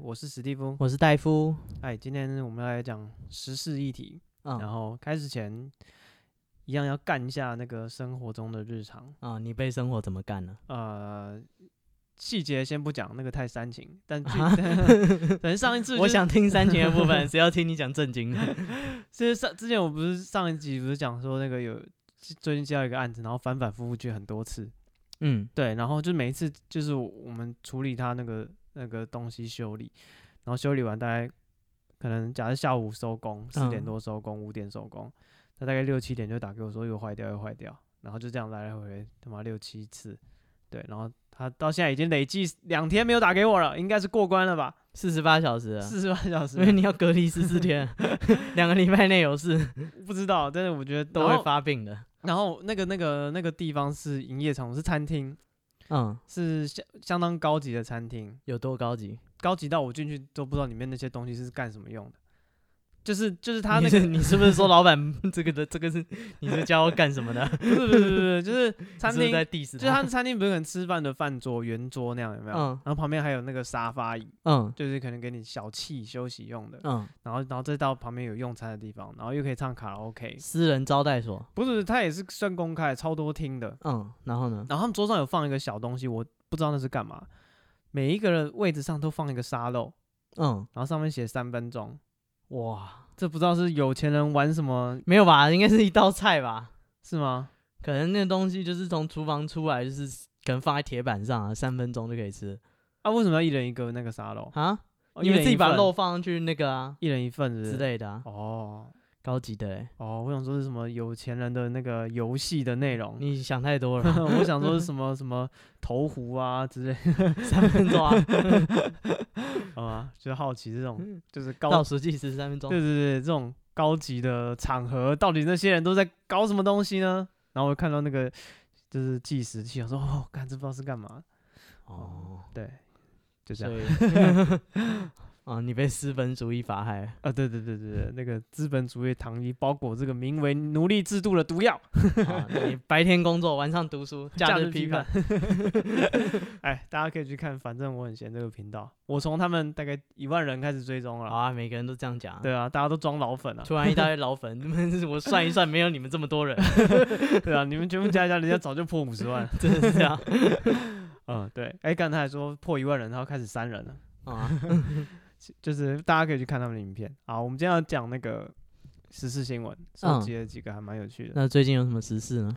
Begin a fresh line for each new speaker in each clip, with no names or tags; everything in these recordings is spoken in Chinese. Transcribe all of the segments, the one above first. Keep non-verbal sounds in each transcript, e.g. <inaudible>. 我是史蒂夫。
嗯我是戴夫。
哎，今天我们来讲时事议题，
嗯
然后开始前一样要干一下那个生活中的日常。
啊、你被生活怎么干了？
呃，细节先不讲，那个太煽情。但
<laughs>
具等上一次、
我，想听煽情的
<laughs>
部分，谁要听你讲正经的？
其实上之前我不是上一集不是讲说那个有最近接到一个案子，然后反反复复去很多次，
嗯
对，然后就每一次就是我我们处理他那个那个东西修理，然后修理完大概可能假设下午收工，四点
嗯
多收工，五点收工，他大概六七点就打给我说又坏掉又坏掉，然后就这样来来回回他妈六七次，对，然后他到现在已经累计两天没有打给我了，应该是过关了吧，
四十八小时了，
四十八小时
啊因为你要隔离十
<laughs>
四天，两个礼拜内有事
不知道，但是我觉得
都
然
会
后。
发病的。
然后那个那个那个地方是营业场所，是餐厅，
嗯，
是相相当高级的餐厅，
有多高级？
高级到我进去都不知道里面那些东西是干什么用的，就是就是他那
你是
个
你是不是说老板这个的这个是你是教我干什么的？
不是不是不是不是，就是餐
<laughs> 你是不
厅
是，在 diss
就是他们餐厅不是可能吃饭的饭桌圆桌那样有没有？
嗯
然后旁边还有那个沙发椅，
嗯
就是可能给你小憩休息用的，
嗯，
然后然后再到旁边有用餐的地方，然后又可以唱卡拉 OK，
私人招待所。
不是它也是算公开的，超多厅的。
嗯，然后呢？
然后他们桌上有放一个小东西，我不知道那是干嘛。每一个人位置上都放一个沙漏，
嗯，
然后上面写三分钟，
哇，
这不知道是有钱人玩什么
没有吧？应该是一道菜吧？
是吗？
可能那东西就是从厨房出来，就是可能放在铁板上啊，三分钟就可以吃
啊，为什么要一人一个那个沙漏？
啊。
哦
你们自己把，
一人一份
肉放上去那个啊
一人一份是不是
之。类的啊，
哦
高级的、欸，
哦，我想说是什么有钱人的那个游戏的内容。
你想太多了，
<laughs>
<laughs>
我想说是什么什么投壶啊之类，
三分钟啊，
好吗？就是好奇这种就是 <laughs>
倒
高，
数计嗯时三分钟
对对，对，这种高级的场合，到底那些人都在搞什么东西呢？然后我看到那个就是计时器，我说哦，看这不知道是干嘛。
哦，
对，就这
所
样。
以， <laughs> 啊，你被资本主义法害
<laughs>
了，
啊，对对对对对，那个资本主义糖衣包裹这个名为奴隶制度的毒药。
啊、你白天工作，晚上读书，
假
日
日批
判，
哎，大家可以去看，反正我很闲这个频道，我从他们大概一万人开始追踪了。
好啊，每个人都这样讲、啊，
对啊，大家都装老粉啊。
突然一大堆老粉，你们 <laughs> 我算一算，没有你们这么
<laughs>
多人，
对啊，你们全部加一加，人家早就破五十万。
真的是这样
嗯，对。哎，刚才还说破一万人，然后开始删人了，
啊，
就是大家可以去看他们的影片。好，我们今天要讲那个时事新闻，收
嗯
集了几个还蛮有趣的。
那最近有什么时事呢？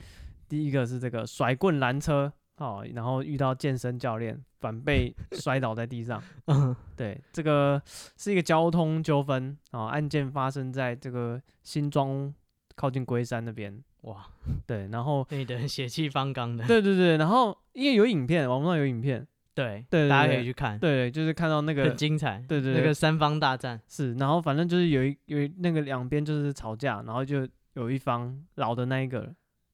第一个是这个甩棍拦车，哦，然后遇到健身教练，反被摔倒在地上。
<laughs> 嗯
对，这个是一个交通纠纷啊，案件发生在这个新庄靠近龟山那边。
哇，
对，然后 <laughs>
那你的血气方刚的，
对对对，然后因为有影片，网络上有影片，
对
对对
大家可
对
以去看，
对，就是看到那
很
个
精彩，
<laughs> 对对
那
对
个三方大战，
是，然后反正就是有一有一那个两边就是吵架，然后就有一方老的那一个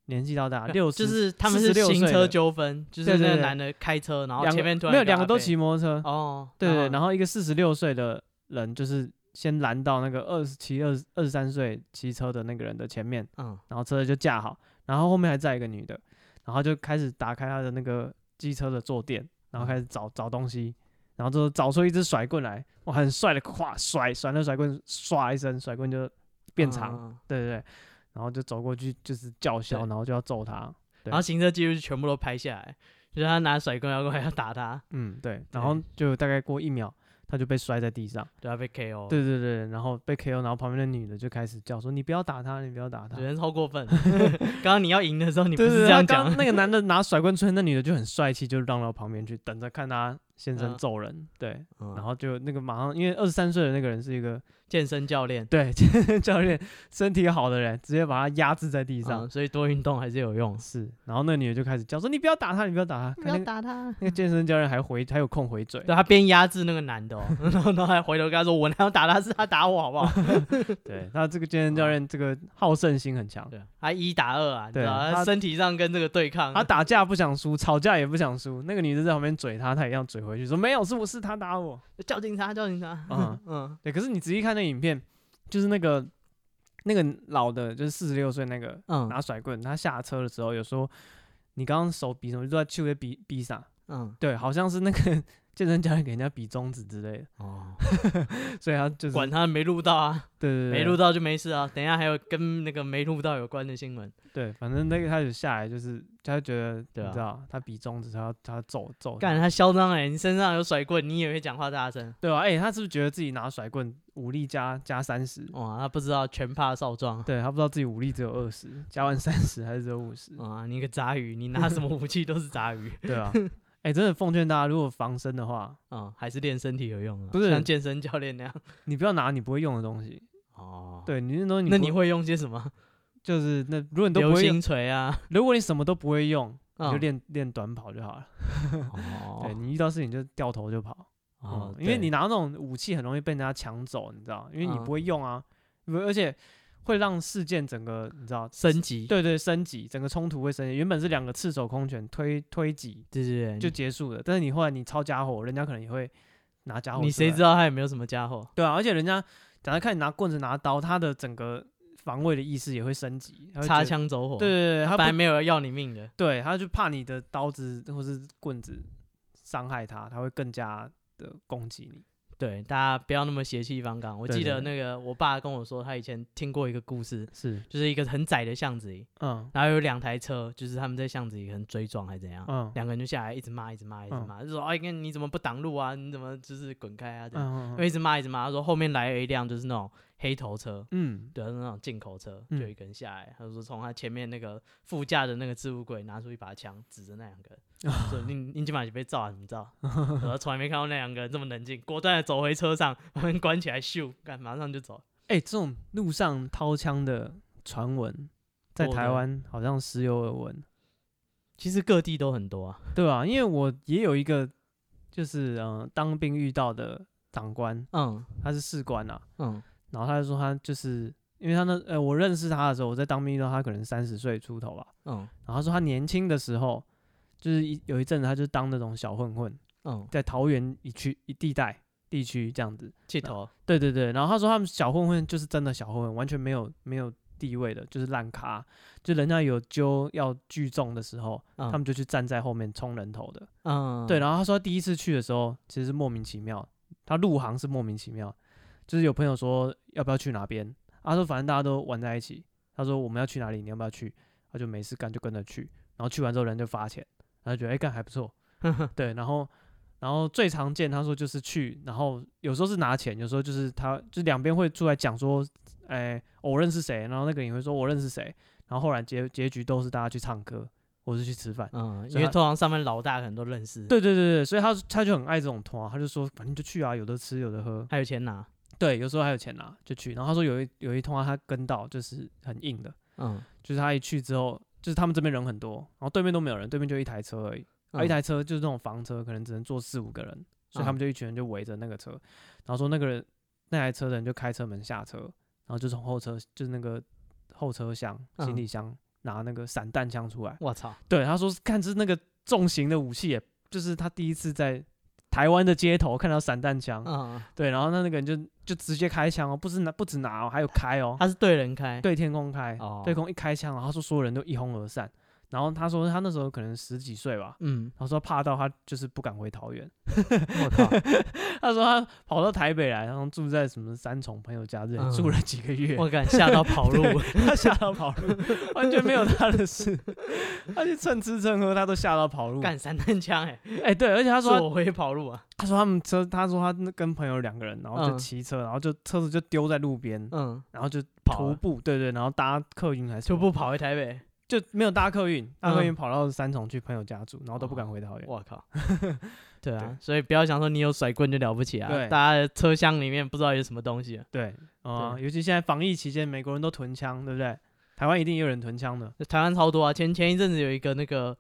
年纪到
<laughs>
大，啊六十
就是他们是
46岁
行车
的
纠纷，就
对
是
对
那个
对
男的开车，然后
两
前
个
面突然
没有
一
两
个
个
阿
都
伯
骑摩托车，
哦，
对对，
然
然
后
后一个四十六岁的人就是先拦到那个二十七、二二十三岁骑车的那个人的前面，
嗯
然后车子就架好，然后后面还载一个女的，然后就开始打开他的那个机车的坐垫，然后开始找找东西，然后就找出一只甩棍来，哇，很帅的，咵甩甩那甩棍，唰一声，甩棍就变长，，
嗯嗯嗯
对对对，然后就走过去就是叫嚣，
对
然后就要揍他，对
然后行车记录全部都拍下来，就是他拿甩棍要过来要打他，
嗯对，然后就大概过一秒，他就被摔在地上。
对他被 KO，，
对对对，然后被 KO，然后旁边的女的就开始叫说：“你不要打他，你不要打他。”
觉
对
得超过分。 <laughs> 刚刚你要赢的时候，你不
对
是
对，
这
他
样
刚 <laughs>
讲，
那个男的拿甩棍吹，那女的就很帅气，就让到旁边去，等着看他先生
嗯
揍人。对，然
然
后就那个马上，因为二十三岁的那个人是一个
嗯健身教练
对 <laughs> 健身教练身体好的人，直接把他压制在地
嗯
上。
所以多运动还是有用，
是，然后那女的就开始叫说：“你不要打他，你不要打他。”看那个
打他。
那个健身教练还回还有空回嘴。
对他边压制那个男的、哦， <laughs> 然后然后还回头跟他说：“我哪有打他，是他打我，好不好，
对，那这个健身教练这个好胜心很强？”
对，他一打二啊，你知
对
道吗他
他
身体上跟这个对抗， <laughs>
他啊打架不想输，吵架也不想输。那个女的在旁边嘴他，他也要嘴回去，说没有，是我是他打我。
叫警察，叫警察。
嗯
嗯嗯，
<laughs> 对，可是你仔细看那影片，就是那个那个老的，就是四十六岁那个
嗯
拿甩棍，他下车的时候有说，你刚刚手比什么，就在去被比比啥？
嗯，
对，好像是那个 <laughs> 健身教练给人家比中指之类的，
哦，
所以他就是
管他没录到啊，
对对对
没录到就没事啊。等一下还有跟那个没录到有关的新闻，
对，反正那个他就下来就是他就觉得
对
你
啊
知道他比中指他要他要揍揍
干他嚣张哎！你身上有甩棍，你也会讲话大声。
对吧、啊？哎、他是不是觉得自己拿甩棍武力加加三十？
哇，他不知道拳怕少壮。
对他不知道自己武力只有二十，加完三十还是只有五十，
啊，你个杂鱼，你拿什么武器都是杂鱼
<laughs> 对啊。哎、真的奉劝大家，如果防身的话，
啊，还是练身体有用啊，
不是
像健身教练那样。
你不要拿你不会用的东西。
哦，，
对，你那东西
那
不
你会用些什么？
就是那，如果你都不
流
会用，
星锤啊，
如果你什么都不会用，你就
嗯
练练短跑就好了。对
哦，
你遇到事情就掉头就跑，
哦
嗯，因为
对
你拿那种武器很容易被人家抢走，你知道，因为你
嗯
不会用啊，不而且会让事件整个你知道，
升级，
对对，升级，整个冲突会升级。原本是两个赤手空拳推推挤
对对对，
就结束了，但是你后来你抄家伙，人家可能也会拿家伙出来，
你谁知道他有没有什么家伙？
对啊，而且人家假如看你拿棍子拿刀，他的整个防卫的意识也会升级，他会
擦
觉得，
枪走火，
对对对，他
本
不
来没有要你命的。
对，他就怕你的刀子或是棍子伤害他，他会更加的攻击你。
对，大家不要那么邪气方刚。我
对
记
对
得
对
那个我爸跟我说，他以前听过一个故事，
是，
就是一个很窄的巷子里，
嗯
然后有两台车，就是他们在巷子里可能追撞还是怎样，
嗯
两个人就下来一直骂，一直骂，一直
嗯
骂，就说哎，你看你怎么不挡路啊？你怎么就是滚开啊？这样，
嗯
就一直骂，一直骂。他说后面来了一辆就是那种黑头车，
嗯
对，是那种进口车，就
嗯
有一个人下来，他就说从他前面那个副驾的那个置物柜拿出一把枪，指着那两个
<laughs>
人，说你你今晚就被照啊，你照。 <laughs> 然后从来没看到那两个人这么冷静，果断的走回车上，把门关起来，咻，干马上就走。
哎、这种路上掏枪的传闻，在
多
台
的
湾好像时有耳闻，
其实各地都很多啊，
对吧、因为我也有一个，就是嗯、呃当兵遇到的长官，
嗯
他是士官啊，
嗯
然后他就说他就是因为他那呃，我认识他的时候，我在当兵遇到他可能三十岁出头吧，
嗯
然后他说他年轻的时候，就是一有一阵子他就当那种小混混，
嗯，
在桃园一区一地带地区这样子。
气头，
对对对，然后他说他们小混混就是真的小混混，完全没有没有地位的，就是烂咖，就人家有揪要聚众的时候，
他
他们就去站在后面冲人头的。
嗯
对，然后他说他第一次去的时候，其实是莫名其妙，他入行是莫名其妙，就是有朋友说要不要去哪边，他说反正大家都玩在一起，他说我们要去哪里，你要不要去？他就没事干就跟着去，然后去完之后人就发钱，然后觉得哎干、还不错，对，然后然后最常见他说就是去，然后有时候是拿钱，有时候就是他就两边会出来讲说，哎、我认识谁，然后那个人也会说我认识谁，然后后来结结局都是大家去唱歌或是去吃饭，
嗯，
<laughs>
因
所以
为
他
通常上面老大可能都认识，，
对对对对，所以他他就很爱这种团、啊，他就说反正就去啊，有的吃有的喝，
还有钱拿，
对，有时候还有钱拿就去。然后他说有一有一通啊，他跟到就是很硬的，
嗯，
就是他一去之后，就是他们这边人很多，然后对面都没有人，对面就一台车而已，啊、
嗯
一，台车就是那种房车，可能只能坐四五个人，所以他们
嗯
就一群人就围着那个车，然后说那个人那台车的人就开车门下车，然后就从后车就是那个后车厢行
嗯
李箱、拿那个散弹枪出来，
我操，
对，他说看这那个重型的武器耶，就是他第一次在台湾的街头看到散弹枪，
嗯，
对，然后那那个人就就直接开枪哦，不是拿不止拿哦，还有开哦，
他是对人开，，
对天空开，
哦
对空一开枪，然后他说所有人都一哄而散，然后他说他那时候可能十几岁吧。
嗯，
他说他怕到他就是不敢回桃园， <laughs>
我靠，
他说他跑到台北来，然后住在什么三重朋友家这里、
嗯
住了几个月，
我敢吓到跑路，
他吓到跑路，完全没有他的事， <laughs> 他去蹭吃蹭喝他都吓到跑路，哎、
干散弹枪哎，
对，而且他
他
说他
说我会跑路啊，
他说他们车，他说他那跟朋友两个人，然后就
嗯
骑车，然后就车子就丢在路边，
嗯，
然后就
跑
徒
了
步，对对，然后搭客运还是什
徒
么
步跑回台北，
就没有搭客运，搭
嗯哦
客运跑到三重去朋友家住，然后都不敢回桃园。<laughs>
我靠，对啊
对，
所以不要想说你有甩棍就了不起啊
对，
大家的车厢里面不知道有什么东西啊，
对啊、尤其现在防疫期间，美国人都囤枪，对不对？台湾一定也有人囤枪的，
台湾超多啊，前前一阵子有一个那个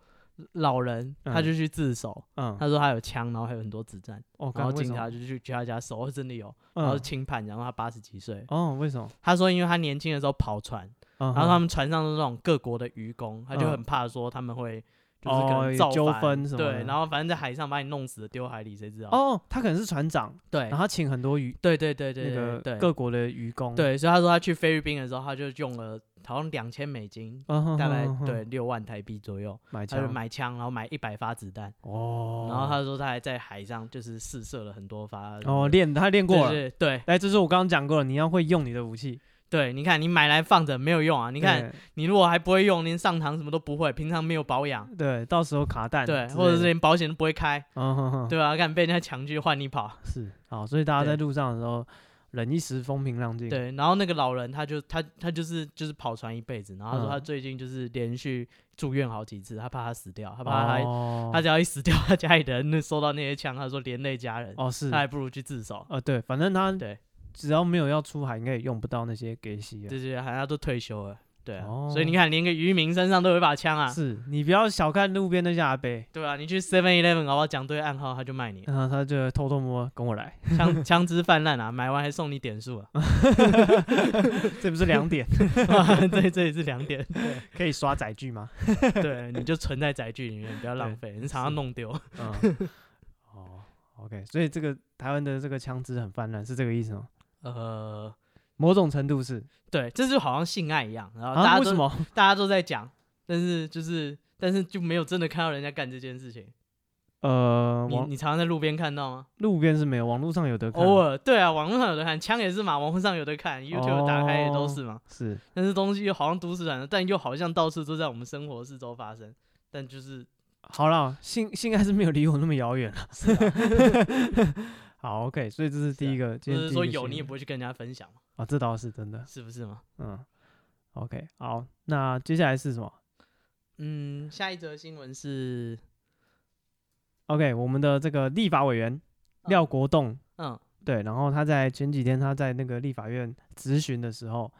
老人，
嗯
他就去自首，
嗯，
他说他有枪，然后还有很多子弹，
哦，
然后
干为
警
什
察
么
就去去他家搜，真的有，然后
嗯，
轻判，然后他八十几岁，
哦，为什么？嗯
他说因为他年轻的时候跑船，
然
然后他们船上都是那种各国的渔工，他就很怕说他们会就是
嗯
可
哦有
能造
纠
反
纷什么的
对，然后反正在海上把你弄死了丢海里，谁知道？，
哦，他可能是船长，
对
然后，他请很多渔
对对对对
那
对
个
对
各国的渔工，
对，所以他说他去菲律宾的时候，他就用了好像两千美金，
嗯哼
大概
哼哼哼
对六万台币左右，
买
他就
枪
买枪，然后买一百发子弹，
哦，
然后他说他还在海上就是试射了很多发。
哦练他练
对
过了，
对对
哎，这是我刚刚讲过了，你要会用你的武器，
对，你看你买来放着没有用啊！你看
对
你如果还不会用，连上膛什么都不会，平常没有保养，
对，到时候卡弹之类
对，
的，
或者是连保险都不会开，
嗯哼哼，
对吧、啊？敢被人家抢去换你跑，
是好，所以大家在
对
路上的时候，忍一时风平浪静，
对。然后那个老人他就他他就是就是跑船一辈子，然后他说
嗯
他最近就是连续住院好几次，他怕他死掉，他
哦，
怕他、他只要一死掉，他家里的人收到那些枪，他说连累家人，
哦是
他，还不如去自首。
呃对，反正他
对
只要没有要出海，应该也用不到那些给息啊了。
这些好像都退休了，对啊，
哦
所以你看，连个渔民身上都有一把枪啊，
是你不要小看路边那些阿伯，
对啊，你去 Seven Eleven 好不好？讲对暗号他就
<laughs>
卖你，
然后他就偷偷摸摸跟我
<laughs>
来，
枪枪支泛滥啊，买完还送你
<laughs>
点数啊， <laughs>
这不是两点
对，这也是两点，
可以刷载具吗？
对，你就存在载具里面，不要浪费，你常常弄丢，
嗯，哦，OK，所以这个台湾的这个枪支很泛滥，是这个意思吗？
呃。
某种程度是
对，这就好像性爱一样，然后大
啊，
家
为
都、
什么？
<laughs> 大家都在讲，但是就是但是就没有真的看到人家干这件事情。
呃，
你
网
你常常在路边看到吗？
路边是没有，网络上有的看，
偶尔对啊，网络上有的看，枪也是嘛，网络上有的看，YouTube 打开也都是嘛。
是
但是东西又好像都市传的，但又好像到处都在我们生活四周发生。但就是
好了，性性爱是没有离我那么遥远了。啊
<laughs>
<laughs> 好，OK，所以这是第一个，
就
今天
啊是
第一
说
个
有
新
你也
闻
不会去跟人家分享嘛，
啊，这倒是真的，
是不是嘛？
嗯，OK，好，那接下来是什么
嗯，下一则新闻是
？OK，我们的这个立法委员廖国栋
嗯
对，然后他在前几天他在那个立法院咨询的时候，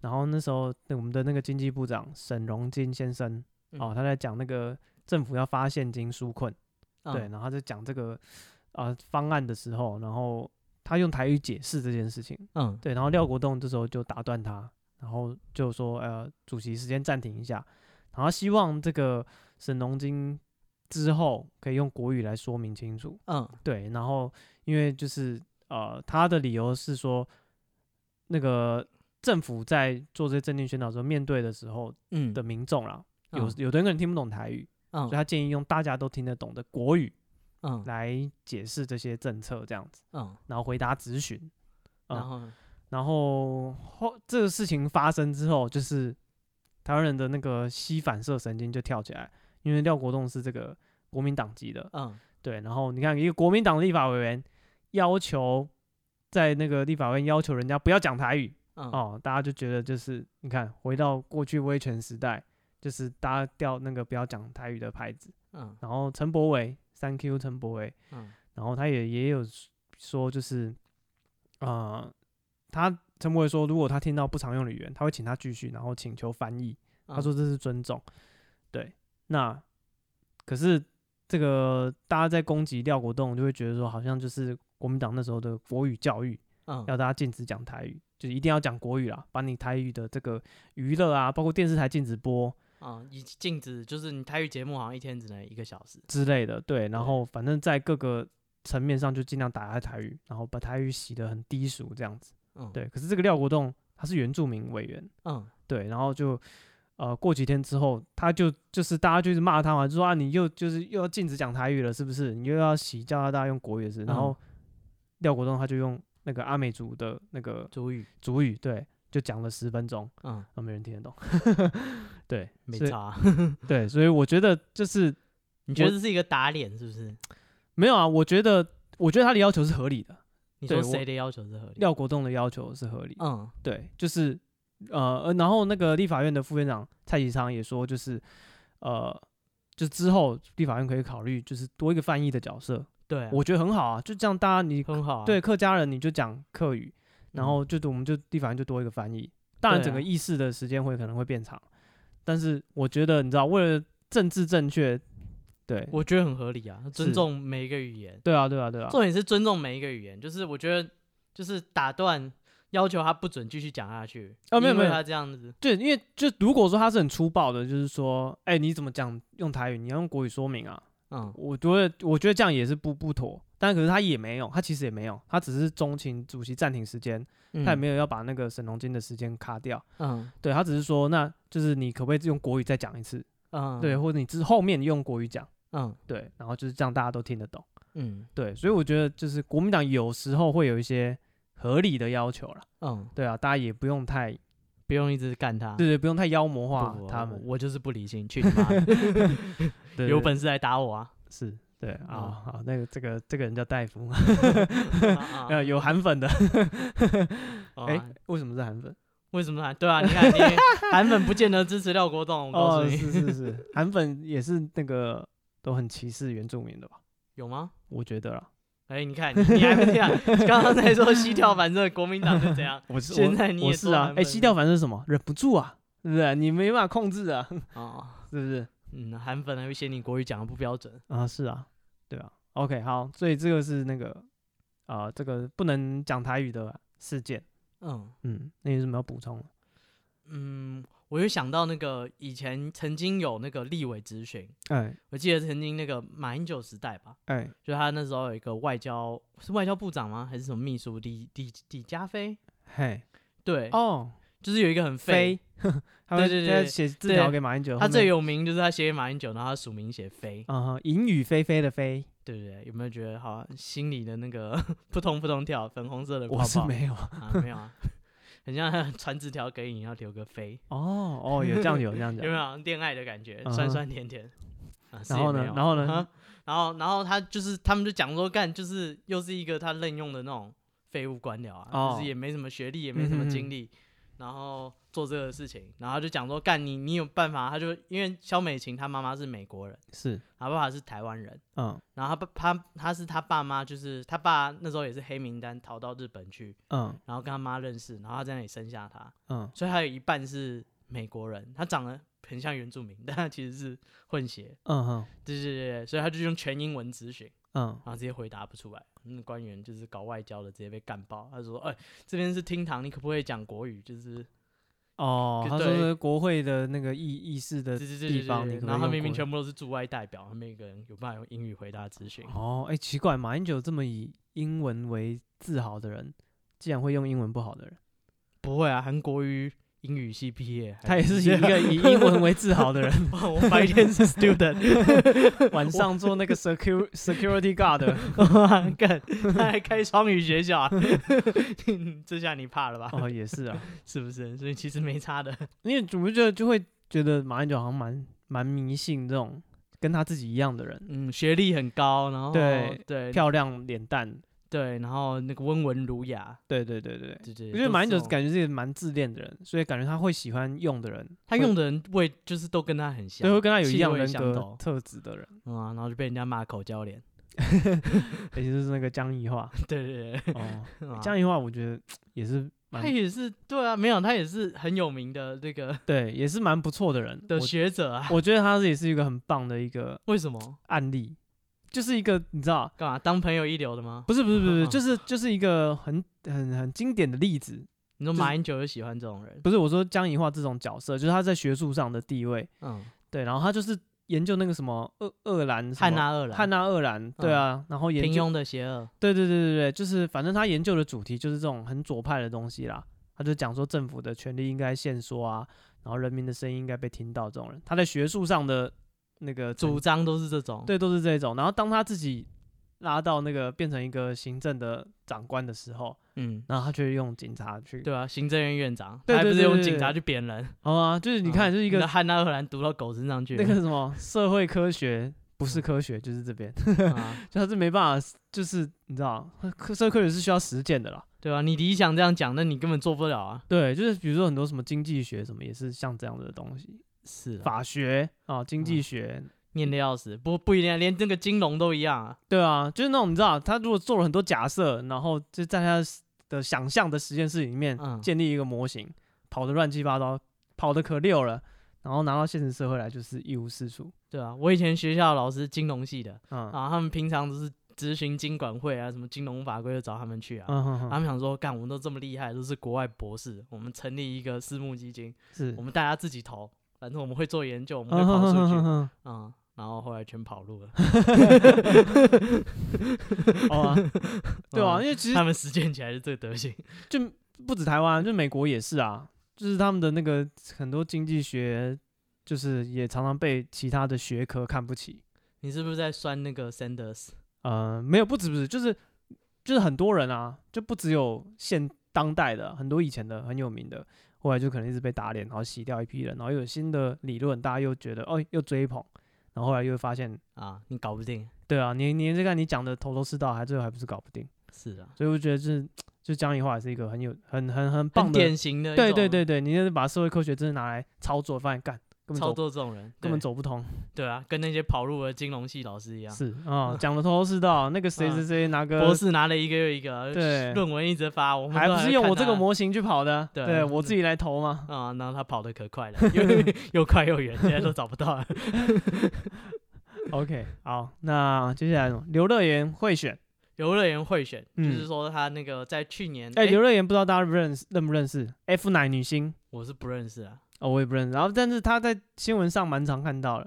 然后那时候那我们的那个经济部长沈荣金先生
嗯
哦，他在讲那个政府要发现金纾困，
嗯
对，然后他在讲这个呃方案的时候，然后他用台语解释这件事情，
嗯
对，然后廖国栋这时候就打断他，然后就说呃主席时间暂停一下，然后希望这个沈荣金之后可以用国语来说明清楚。
嗯
对，然后因为就是呃，他的理由是说，那个政府在做这些政令宣导的时候，面对的时候
嗯
的民众啦，有
嗯
有的人听不懂台语，所以
嗯
他建议用大家都听得懂的国语
嗯
来解释这些政策，这样子，
嗯，
然后回答咨询。嗯
然后呢
然后后这个事情发生之后，就是台湾人的那个膝反射神经就跳起来，因为廖国栋是这个国民党籍的，
嗯
对，然后你看，一个国民党立法委员要求在那个立法院要求人家不要讲台语
嗯
哦，大家就觉得就是你看，回到过去威权时代，就是大家掉那个不要讲台语的牌子。
嗯
然后陈柏伟三 Q 陈柏伟，
嗯
然后他也也有说就是，呃，他陈柏伟说，如果他听到不常用的语言，他会请他继续，然后请求翻译。他
嗯
说这是尊重。对，那可是这个大家在攻击廖国栋，就会觉得说好像就是国民党那时候的国语教育，
嗯
要大家禁止讲台语，就是一定要讲国语啦，把你台语的这个娱乐啊，包括电视台禁止播
嗯，以禁止就是你台语节目好像一天只能一个小时。
之类的，对，
对
然后反正在各个层面上就尽量打压台语，然后把台语洗得很低俗这样子。
嗯
对，可是这个廖国栋他是原住民委员，
嗯
对，然后就呃过几天之后，他就就是大家就是骂他嘛，就说啊你又就是又要禁止讲台语了，是不是？你又要洗叫大家用国语是？然
嗯
后廖国栋他就用那个阿美族的那个
主语
族语，对，就讲了十分钟，
嗯
啊没人听得懂， <laughs> 对，
没
所以
差啊。
对，所以我觉得就是
你觉
我
得这是一个打脸是不是？
没有啊，我觉得我觉得他的要求是合理的，
你
对
说
我
谁的要求是合理？
廖国栋的要求是合理的，
嗯
对，就是呃，呃然后那个立法院的副院长蔡其昌也说，就是呃，就之后立法院可以考虑，就是多一个翻译的角色，
对啊，
我觉得很好啊，就这样大家你、
很好啊。
对客家人你就讲客语，然
嗯
后就我们就立法院就多一个翻译，当然
对
整个
啊
议事的时间会可能会变长，但是我觉得你知道，为了政治正确，对，
我觉得很合理啊，尊
是
重每一个语言。
对啊，对啊，对啊，
重点是尊重每一个语言，就是我觉得就是打断要求他不准继续讲下去。
哦没有
因为
没有
他这样子，
对，因为就如果说他是很粗暴的，就是说，哎、你怎么讲用台语，你要用国语说明啊，
嗯
我觉得，我觉得这样也是不不妥。但可是他也没有，他其实也没有，他只是中情主席暂停时间，他也没
有，
有要把那个沈龙金的时间卡掉，
嗯
对他只是说，那就是你可不可以用国语再讲一次，
嗯，
对，，或者你之后面用国语讲，
嗯
对，然后就是这样大家都听得懂，
嗯
对，所以我觉得就是国民党有时候会有一些合理的要求啦，
嗯，
对啊，大家也不用太，
不用一直干他，
对对，不用太妖魔化
不不
他
不
们，
我就是不
<laughs>
理性，去你妈的
对
有
对
本事来打我啊！
是，对啊，
啊
好，那个这个这个人叫戴夫，
啊
<laughs> 呃， <laughs> 有韩粉的，
哦
哎、
啊
为什么是韩粉？
为什么啊？对啊，你看
<laughs>
你韩粉不见得支持廖国栋，我告诉
哦，
你，
是是
<laughs>
是，韩粉也是那个都很歧视原住民的吧？
有吗？
我觉得啦，
哎、你看你你还不这
<laughs>
样，刚刚在说西跳反正国民党是怎样
我是
现在你
我
也
是
说
啊
韩，
哎，
粉
西掉反正是什么？忍不住啊，对不对？你没办法控制啊， <laughs>
哦，
是不是？
嗯，韩粉还会嫌你国语讲的不标准，
啊，是啊，对啊。OK，好，所以这个是那个啊、这个不能讲台语的事件。
嗯
嗯，那有什么要补充的？
嗯，我又想到那个以前曾经有那个立委质询，
哎
我记得曾经那个马英九时代吧，
哎，
就他那时候有一个外交是外交部长吗？还是什么秘书李李李家飞？
嘿，
对，
哦，
就是有一个很
飞
飞，， <laughs>
他会
对对
他
对
写字
对
条给马英九，
他
后
最
面
有名就是他写给马英九，然后他署名写飞，
啊哈，淫雨霏霏的飞，
对不对？有没有觉得好心里的那个扑通扑通跳，粉红色呃的泡泡？
我是没有。
啊，没有啊，很像他传纸条给你要留个飞，
哦哦，有这样有这样
有 <laughs>
讲
没，有恋爱的感觉，
嗯
酸
哼
酸甜甜？啊是
然
也
后
没
呢
有
然后呢
啊然后然后他就是他们就讲说干就是又是一个他任用的那种废物官僚啊，就
哦
是也没什么学历，也没什么
嗯哼
经
哼
历，然后做这个事情，然后他就讲说干你你有办法，他就因为肖美琴她妈妈是美国人，
是，
她爸爸是台湾人，
嗯
然后他爸他他是他爸妈就是他爸那时候也是黑名单逃到日本去，
嗯
然后跟他妈认识，然后他在那里生下他，
嗯，
所以他有一半是美国人，他长得很像原住民，但他其实是混血，
嗯哼，
对对对对，所以他就用全英文咨询，
嗯
然后直接回答不出来，那官员就是搞外交的直接被干爆，他说：“哎、这边是厅堂，你可不可以讲国语？”就是
哦，
就
他说
对
是国会的那个议议事的
对对对
呃地
对
方
对
你可不可以
然后他
用
明
国
明
语
全部都是驻外代表，他们一个人有办法用英语回答咨询，
哦，哎、奇怪，马英九这么以英文为自豪的人，竟然会用英文不好的人，
不会啊，韩国语英语系毕业，
他也是
一
一个以英文为自豪的人，
<laughs> 我白天
<laughs>
是 student，
晚上做那个 secure security guard，
<laughs> 干，他还开双语学校、啊， <laughs> 这下你怕了吧？
<laughs> 哦，也是啊，
是不是？所以其实没差的。
因为你不觉得就会觉得马英九好像蛮蛮迷信这种跟他自己一样的人，
嗯，学历很高，然后
对
对
漂亮脸蛋，
对，然后那个温文儒雅，
对对对对。
对哦对。
我觉得马英九
感
感觉是一个蛮自恋的人，所以感觉他会喜欢用的人，
他
会
用的人味就是都跟他很像，
对会跟他有一
气
样
味
人
相
格
投
特质的人，
嗯啊，然后就被人家骂口交脸。 <laughs>
也就是那个江宜桦。
对对对
哦，
嗯
<laughs>
啊，
江宜桦我觉得也是蛮
他也是对啊，没有他也是很有名的那个
对，也是蛮不错的人。
的学者啊。
我我觉得他也是一个很棒的一个
为什么？
案例，就是一个你知道，
干嘛当朋友一流的吗？
不是不是不是不是，
嗯 <laughs>
就是就是一个很很很经典的例子。
你说
就是
马英九就喜欢这种人？
不是我说江宜桦这种角色，就是他在学术上的地位，
嗯，
对，然后他就是研究那个什么鄂鄂兰什
汉
么
娜二郎，
汉娜鄂兰，对啊，然后研
平
究，
庸的邪恶。
对对对对对，就是反正他研究的主题就是这种很左派的东西啦。他就讲说政府的权利应该限缩啊，然后人民的声音应该被听到，这种人他在学术上的那个成
主张都是这种，
对，都是这种。然后当他自己拉到那个变成一个行政的长官的时候，
嗯，
然后他就用警察去，
对啊，行政院院长，
对
他还
对
不是
对
用
对
警察
对
去扁人，
好啊，就是 <laughs> 你看，
嗯
就是一个
那汉娜荷兰读到狗身上去
那
了，
个什么社会科学不是科学，就是这边， <laughs>
啊，
就他是没办法，就是你知道，科社会科学是需要实践的啦。
对啊，你理想这样讲，那你根本做不了啊，
对，就是比如说很多什么经济学什么，也是像这样的东西，
是啊，
法学啊，经济
嗯
学。
念的要死，不不一定，啊连这个金融都一样啊，
对啊，就是那种你知道，他如果做了很多假设，然后就在他的想象的实验室里面
嗯
建立一个模型，跑得乱七八糟，跑得可溜了，然后拿到现实社会来就是一无是处。
对啊，我以前学校老师金融系的，
嗯
啊，他们平常都是咨询经管会啊，什么金融法规就找他们去啊。
嗯哼哼
他们想说，干，我们都这么厉害，都是国外博士，我们成立一个私募基金，
是
我，们大家自己投，反正我们会做研究，我
嗯
们会跑
哼
数
哼
据
<laughs> 哼，哼
嗯，然后后来全跑路了。 <laughs>
哦啊、
<laughs>
对啊，
嗯
因为其实
他们实践起来是这个德行。
就不止台湾，就美国也是啊，就是他们的那个很多经济学，就是也常常被其他的学科看不起。
你是不是在酸那个 Sanders？
呃，没有，不止不止，就是就是很多人啊，就不只有现当代的，很多以前的很有名的，后来就可能一直被打脸，然后洗掉一批人，然后又有新的理论，大家又觉得哦又追捧，然后后来又发现，
啊，你搞不定。
对啊，你你这个你讲的头头是道，还最后还不是搞不定，
是啊，
所以我觉得是就江宜桦也是一个很有很很很棒
很
的
典型的一
对对
种
对对，你就是把社会科学真的拿来操作，发现干根本
操
走
作这种人，
根本
对
走不通，
对啊，跟那些跑路的金融系老师一样，嗯
是啊，讲的头头是道。那个谁谁谁拿个
博士拿了一个又一个呃
对
论文一直发，我们
还
都
不是
在
用
看
我这个
他
模型去跑的，
对 <laughs>
对我自己来投嘛。
啊，然后他跑得可快了，
<laughs>
又又快又远，现在都找不到了。
OK，好，那接下来呢刘乐言会
嗯
选，
游乐园会选，就
嗯
是说他那个在去年，
哎，
诶
刘乐言不知道大家认不认识认不认识？F 奶女星
我是不认识啊，
哦，我也不认识。然后但是他在新闻上蛮常看到的，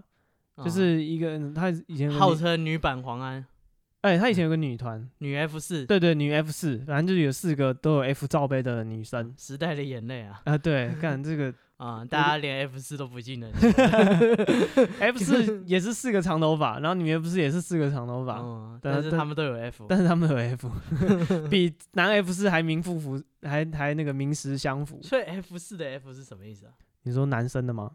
就
嗯
是一个他以前有个
号
女
称女版黄安，
哎，他以前有个女团，
女 F 四，
对对，女 F 四，反正就是有四个都有 F 罩杯的女生
时代的眼泪啊，
啊，对，干这个
啊，大家连 F 四都不进了，
<laughs> F 四也是四个长头发，然后女 F 四也是四个长头发，
嗯，
但
但是
但
他们都有 F，
但是他们有 F，比 <laughs> 男 F 四还名副符，还还那个名实相符。
所以 F 四的 F 是什么意思啊？
你说男生的吗？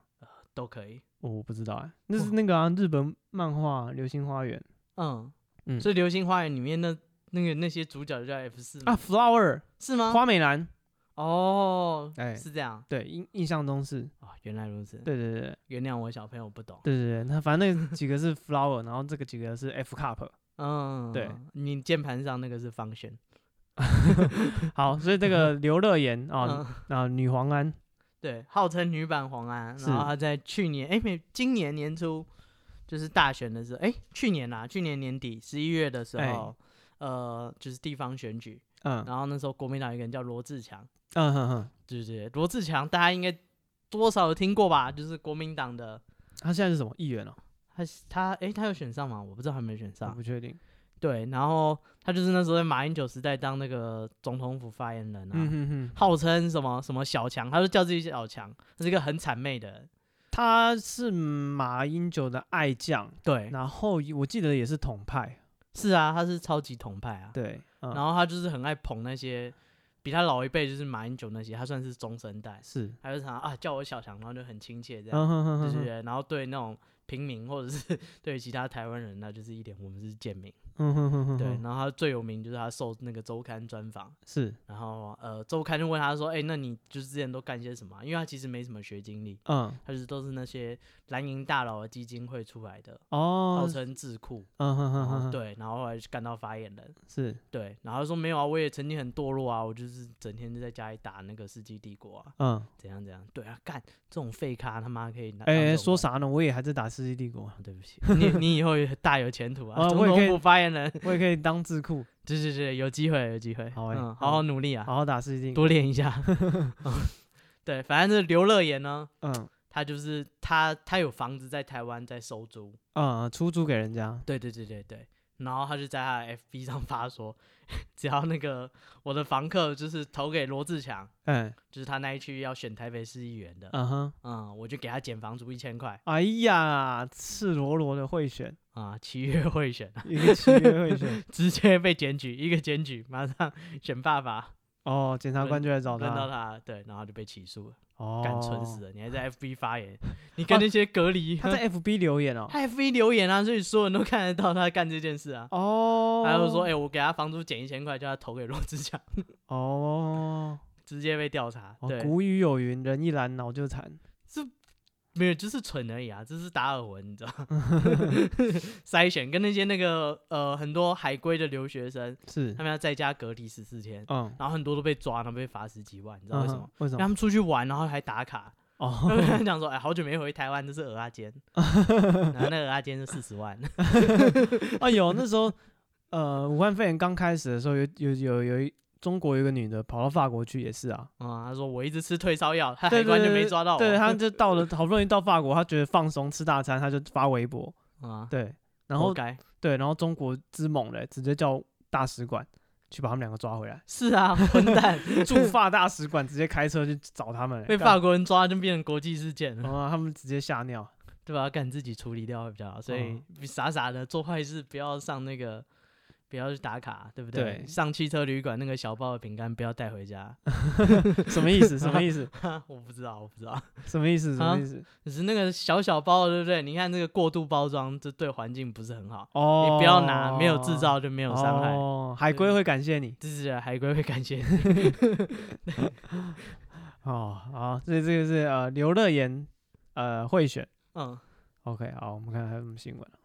都可以，
哦我不知道哎、那是那个啊，日本漫画《流星花园
嗯
嗯
所以《流星花园》里面那那个那些主角就叫 F 四》
啊，《Flower
是》吗？
花美男，
哦，
哎
是这样
对，印印象中是，
啊，原来如此，
对对对对
原谅我小朋友不懂。
对对，那反正那几个是 Flower，然后这个几个是 F Cup。
嗯，
对，
你键盘上那个是 function
好，所以这 <laughs> 个刘乐言啊
嗯，
啊，女皇安，
对，号称女版黄安，
是
然后她在去年哎没，今年年初就是大选的时候，哎，去年啦、去年年底十一月的时
哎
候，呃，就是地方选举，
嗯
然后那时候国民党有一个人叫罗志强，
嗯哼哼，
对对对，罗志强大家应该多少有听过吧，就是国民党的。
他现在是什么议员哦？
他他哎、他有选上吗？我不知道他有没有选
我
上。
不确定。
对，然后他就是那时候在马英九时代当那个总统府发言人啊，
嗯哼哼，
号称什么什么小强，他就叫自己小强，他是一个很谄媚的人。
他是马英九的爱将，
对，
然后我记得也是统派，
是啊，他是超级统派啊。
对，嗯、
然后他就是很爱捧那些比他老一辈，就是马英九那些，他算是中生代，
是，
他就常常啊叫我小强，然后就很亲切这
嗯
样，
哼哼
对
哼
对
哼，
对。然后对那种平民或者是 <laughs> 对其他台湾人，那就是一点我们是贱民。
嗯哼哼哼，
对，
哼，
然后他最有名就是他受那个周刊专访。
是，
然后呃，周刊就问他说：“哎、那你就是之前都干些什么啊、因为他其实没什么学经历，
嗯，
他就是都是那些蓝营大佬的基金会出来的，号
哦，
称智库，
嗯哼
然
哼
后
哼，，
哦对，然后后来就干到发言人，
是，
对，然后他说没有啊，我也曾经很堕落啊，我就是整天就在家里打那个《世纪帝国》啊，
嗯，
怎样怎样，对啊，干这种废咖他妈可以拿，
哎、
当什么
说啥呢？我也还在打《世纪帝国》
啊？对不起， <laughs> 你你以后也大有前途 <laughs> 啊，
啊
总
我也可以
统府发言人，
我也可以当智库，
对对对，有机会有机会，
好欸
嗯，好好努力啊，
好好打《世纪帝国》。
多练一下。 <laughs> 嗯对，反正这刘乐言呢，
嗯
他就是他，他有房子在台湾在收租。
嗯，出租给人家。
对对对对对。然后他就在他的 FB 上发说， <laughs> 只要那个我的房客就是投给罗志强，
哎、
就是他那一区要选台北市议员的，
嗯哼，
嗯，我就给他减房租一千块
哎呀，赤裸裸的贿选，
啊，七月会选，
一个契约贿
<laughs>
选。
直接被检举，一个检举马上选爸爸，
哦，检察官就来找
轮到
他，
他，对，然后就被起诉了，
哦，
干蠢死。了，你还
<laughs>
在 FB 发言，你跟那些隔离，
他在 FB 留言哦，
<laughs> 他 F 一留言啊，所以所有人都看得到他干这件事啊。
哦，
他就说：“哎、我给他房租减一千块，叫他投给罗志祥，
哦，
<laughs> 直接被调查。
哦
对，
古语有云，人一懒脑就残。
没有，就是蠢而已啊，这是达尔文，你知道
<laughs>
吗？ <laughs> 筛选跟那些那个呃很多海归的留学生，
是
他，们要在家隔离十四天，
嗯，
然后很多都被抓，然后被罚十几万，你知道为什么
嗯？？为什
让他
么？
们出去玩，然后还打卡， <laughs> 他
哦， <laughs>
们讲说：哎、好久没回台湾，这是鹅阿 <laughs> 煎，然后那鹅阿煎是四十万， <laughs>
哎呦，那时候，呃，武汉肺炎刚开始的时候，有有有有一中国有一个女的跑到法国去，也是啊，
啊、他说我一直吃退烧药，他海
对对
关就
对
没
对
抓到我，啊
<laughs> 对，她就到了，好不容易到法国，她觉得放松吃大餐，她就发微博，
<laughs> 啊，
对，然
活
后
该，
对，然后中国之猛嘞，直接叫大使馆去把他们两个抓回来
<laughs> 是啊，混 <laughs> 蛋，
驻法大使馆直接开车去找他们嘞，
被
干
法国人抓就变成国际事件了，
啊，他们直接吓尿，
对吧？干自己处理掉会比较好，所以傻傻的做坏事，不要上那个。不要去打卡，对不
对
上汽车旅馆那个小包的饼干不要带回家。
什么意思？什么意思？
<laughs> 我不知道，我不知道。
<laughs> 什么意思？什
啊
么意思？
只是那个小小包的，对不对？你看这个过度包装，这对环境不是很好。
哦，
你不要拿，没有制造就没有伤害。
哦，海龟会感谢你
这是海龟会感谢
<laughs>
你。
哦。好，这这个是呃刘乐言呃贿选。
嗯，
OK，好，我们看还有什么新闻啊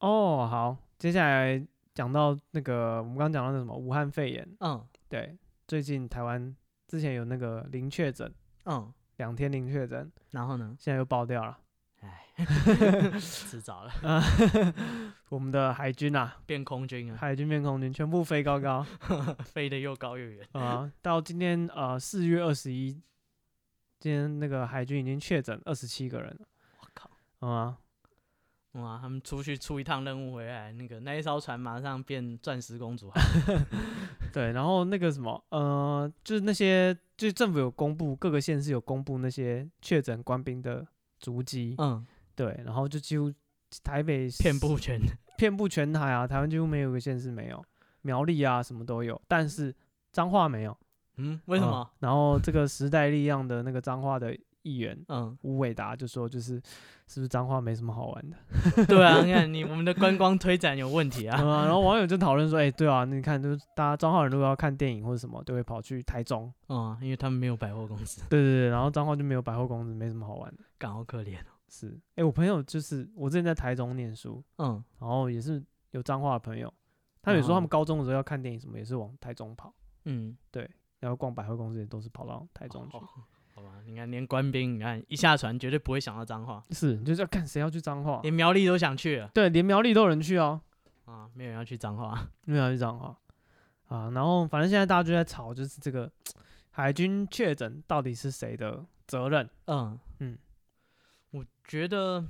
哦，好，接下来讲到那个我们刚刚讲到那什么武汉肺炎，
嗯
对，最近台湾之前有那个零确诊，
嗯，
两天零确诊，
然
<laughs>
后呢？
现在又爆掉了。
哎，迟早了，
啊，我们的海军啊，
变空军啊，
海军变空军全部飞高高
飞得又高又远。
啊、到今天呃四月二十一，今天那个海军已经确诊二十七个人了
我靠！
啊、
哇，他们出去出一趟任务回来，那个那一艘船马上变钻石公主号。
对，然后那个什么呃，就是那些就是政府有公布各个县市有公布那些确诊官兵的足迹，
嗯，
对，然后就几乎台北
遍布全。 <laughs>
遍布全台啊，台湾几乎没有一个县市没有，苗栗啊什么都有，但是彰化没有。
嗯，为什
嗯
么？
然后这个时代力量的那个彰化的议员
嗯，
吴伟达就说，就是是不是彰化没什么好
<laughs>
玩的？
对啊，你看你我们的观光推展有问题啊。
嗯啊然后网友就讨论说，哎、对啊，你看就是大家彰化人如果要看电影或者什么，都会跑去台中。 <laughs>
嗯，因为他们没有百货公司，
对对对，然后彰化就没有百货公司，没什么好玩的。
感好可怜哦。
是，哎、我朋友就是我之前在台中念书，
嗯，
然后也是有彰化的朋友，他们也说他们
哦
高中的时候要看电影什么，也是往台中跑。
嗯，
对，然后逛百货公司也都是跑到台中去。
哦好吧，你看连官兵，你看一下船绝对不会想到脏话，
是，就是要看谁要去彰化。
连苗栗都想去了
对，连苗栗都有人去哦。
啊，没有人要去脏话。
没有去彰化啊。然后反正现在大家就在吵，就是这个海军确诊到底是谁的责任？
嗯
嗯
嗯，我觉得